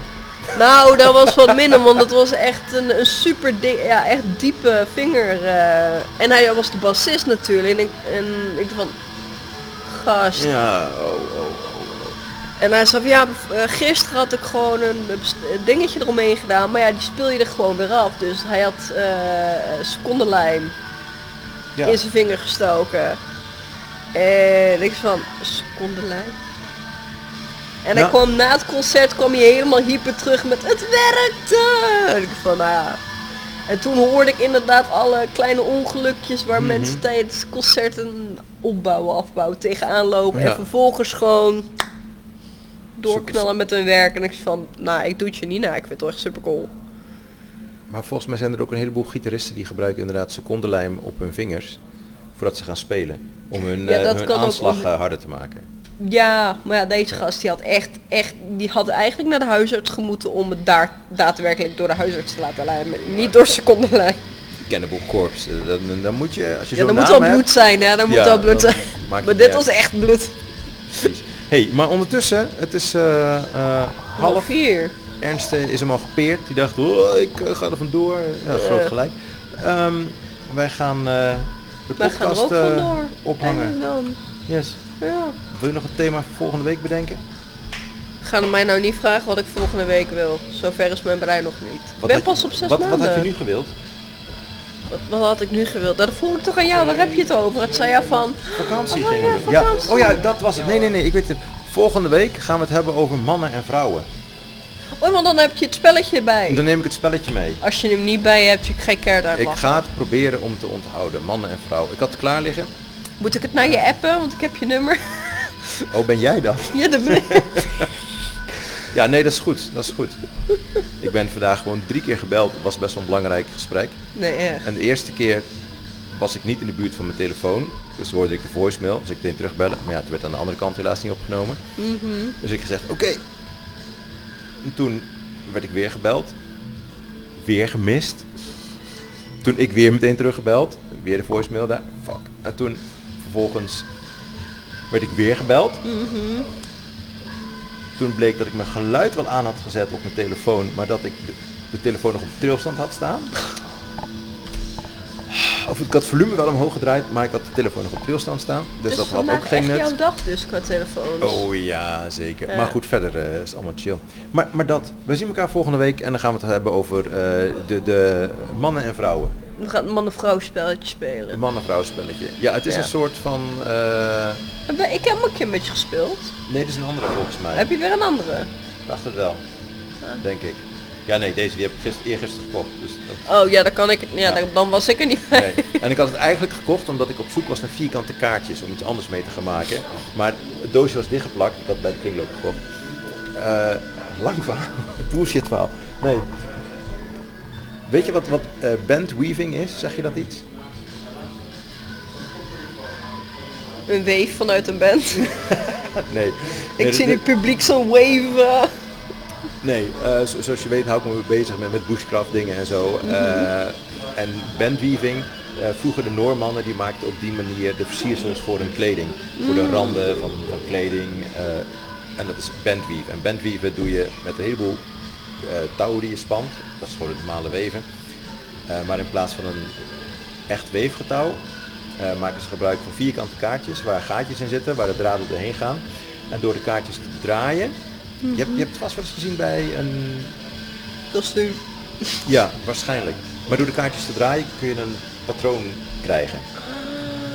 Nou, dat was wat minder, want dat was echt een, een super di- ja, echt diepe vinger. eh. en hij was de bassist natuurlijk. En ik, en ik dacht van, gast. Ja, oh, oh. En hij zei van, ja, bev- eh, gisteren had ik gewoon een, eh, best- een dingetje eromheen gedaan. Maar ja, die speel je er gewoon weer af. Dus hij had eh secondenlijm Ja. in zijn vinger gestoken. En ik van, secondenlijm? En hij Nou. kwam na het concert kwam hij helemaal hyper terug met het werkte. En ik van nou ja. En toen hoorde ik inderdaad alle kleine ongelukjes Mhm. waar mensen tijdens concerten opbouwen, afbouwen, tegenaan lopen. Ja. En vervolgens gewoon doorknallen met hun werk. En ik van, nou ik doe het je niet na, ik vind het wel echt super cool. Maar volgens mij zijn er ook een heleboel gitaristen die gebruiken inderdaad secondenlijm op hun vingers voordat ze gaan spelen. Om hun, Ja, eh, dat hun kan ook aanslag om- eh, harder te maken. Ja, maar ja, deze gast die had echt, echt, die had eigenlijk naar de huisarts gemoeten om het daar daadwerkelijk door de huisarts te laten lijmen. Niet door secondenlijn. Cannibal Corpse, eh, dan, dan- dan moet je, als je Ja, zo'n dan moet naam wel hebt- bloed zijn, hè, dan moet Ja, wel bloed dan zijn. maakt Maar het dit niet was uit. echt bloed. Precies. hey, maar ondertussen, het is eh, eh, half. vier. Ernst eh, is hem al gepeerd. Die dacht, oh, ik eh, ga er vandoor. Ja, groot Ja. gelijk. Ehm, wij gaan eh, de Wij gaan er podcast ook eh, vandoor. ophangen. En dan, Yes. ja. Wil je nog een thema voor volgende week bedenken? Ga er mij nou niet vragen wat ik volgende week wil. Zover is mijn brein nog niet. Ik Wat ben had- pas op zes wat, maanden. Wat had je nu gewild? Wat, wat had ik nu gewild? Nou, Dat vroeg ik toch aan jou, waar heb je het over? Het zei jou van, Vakantie. Oh, gingen ja, we doen. ja. vakantie. Oh ja, dat was het. Nee, nee, nee. Ik weet het. Volgende week gaan we het hebben over mannen en vrouwen. Dus oh maar dan heb je het spelletje bij. Dan neem ik het spelletje mee. Als je hem niet bij hebt, je krijgt keihard Ik uitlachen. ga het proberen om te onthouden. Mannen en vrouwen. Ik had het klaar liggen. Moet ik het naar je appen? Want ik heb je nummer. Oh, ben jij dan? ja, dat ben ik. Ja, nee, dat is goed. Dat is goed. Ik ben vandaag gewoon drie keer gebeld. Het was best wel een belangrijk gesprek. Nee, echt. En de eerste keer was ik niet in de buurt van mijn telefoon. Dus hoorde ik de voicemail. Dus ik deed terugbellen. Maar ja, het werd aan de andere kant helaas niet opgenomen. Dus ik gezegd, oké. En toen werd ik weer gebeld. Weer gemist. Toen ik weer meteen teruggebeld. Weer de voicemail daar. Fuck. En toen vervolgens werd ik weer gebeld. Mhm. Toen bleek dat ik mijn geluid wel aan had gezet op mijn telefoon. Maar dat ik de, de telefoon nog op trilstand had staan. Of ik had het volume wel omhoog gedraaid, maar ik had de telefoon nog op trilstand staan. Dus, dat had vandaag ook geen echt nut. jouw dag dus qua telefoons. Oh ja, zeker. Ja. Maar goed, verder eh, is het allemaal chill. Maar, maar dat, we zien elkaar volgende week en dan gaan we het hebben over eh, de, de mannen- en vrouwen. We gaan het man-vrouw spelletje spelen. Een man-en-vrouw spelletje. Ja, het is Ja. een soort van... eh, Ben- Ik heb ook een keer met je gespeeld. Nee, dit is een andere volgens mij. Heb Ah. je weer een andere? Ik dacht het wel. Denk ik. Ja, nee, deze die heb ik gister, eergisteren gekocht. Dus dat... Oh ja, dan kan ik. Ja, Dan, dan was ik er niet bij. Nee. En ik had het eigenlijk gekocht omdat ik op zoek was naar vierkante kaartjes om iets anders mee te gaan maken. Maar het doosje was dichtgeplakt. Ik had het bij de kringloop gekocht. Eh, lang verhaal. Bullshit verhaal. Nee. Weet je wat, wat eh, bandweaving is? Zeg je dat iets? Een wave vanuit een band. Nee. ik zie nu. het publiek zo waven. Nee, eh, zo- zoals je weet hou ik me bezig met, met bushcraft dingen en zo. Eh, en bandweaving, eh, vroeger de Noormannen die maakten op die manier de versiersels voor hun kleding. Voor de randen van, van kleding. eh, en dat is bandweave. En bandweaven doe je met een heleboel eh, touwen die je spant. Dat is gewoon het normale weven. Eh, maar in plaats van een echt weefgetouw eh, maken ze gebruik van vierkante kaartjes waar gaatjes in zitten, waar de draden doorheen gaan. En door de kaartjes te draaien. Je hebt, je hebt het vast wel eens gezien bij een... Dat is nu. Ja, waarschijnlijk. Maar door de kaartjes te draaien kun je een patroon krijgen.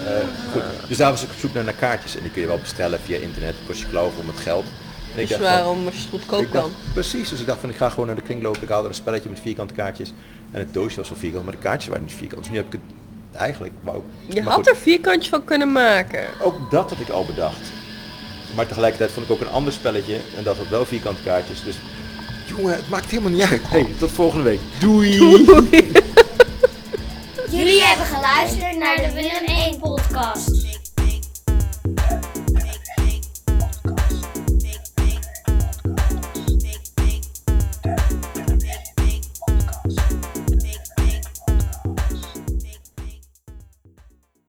Eh, goed. Dus daar was ik op zoek naar, naar kaartjes. En die kun je wel bestellen via internet. Kost je geloof om het geld. En ik Dus dacht van- waarom als je het goedkoop ik dacht, kan. precies, dus ik dacht van ik ga gewoon naar de kringloop, ik haal er een spelletje met vierkante kaartjes. En het doosje was wel vierkant, maar de kaartjes waren niet vierkant. Dus nu heb ik het eigenlijk, wauw. Je maar had er vierkantje van kunnen maken. Ook dat had ik al bedacht. Maar tegelijkertijd vond ik ook een ander spelletje en dat had wel vierkante kaartjes. Dus jongen, het maakt helemaal niet uit. Hey, tot volgende week. Doei. Jullie hebben geluisterd naar de Willem 1 podcast.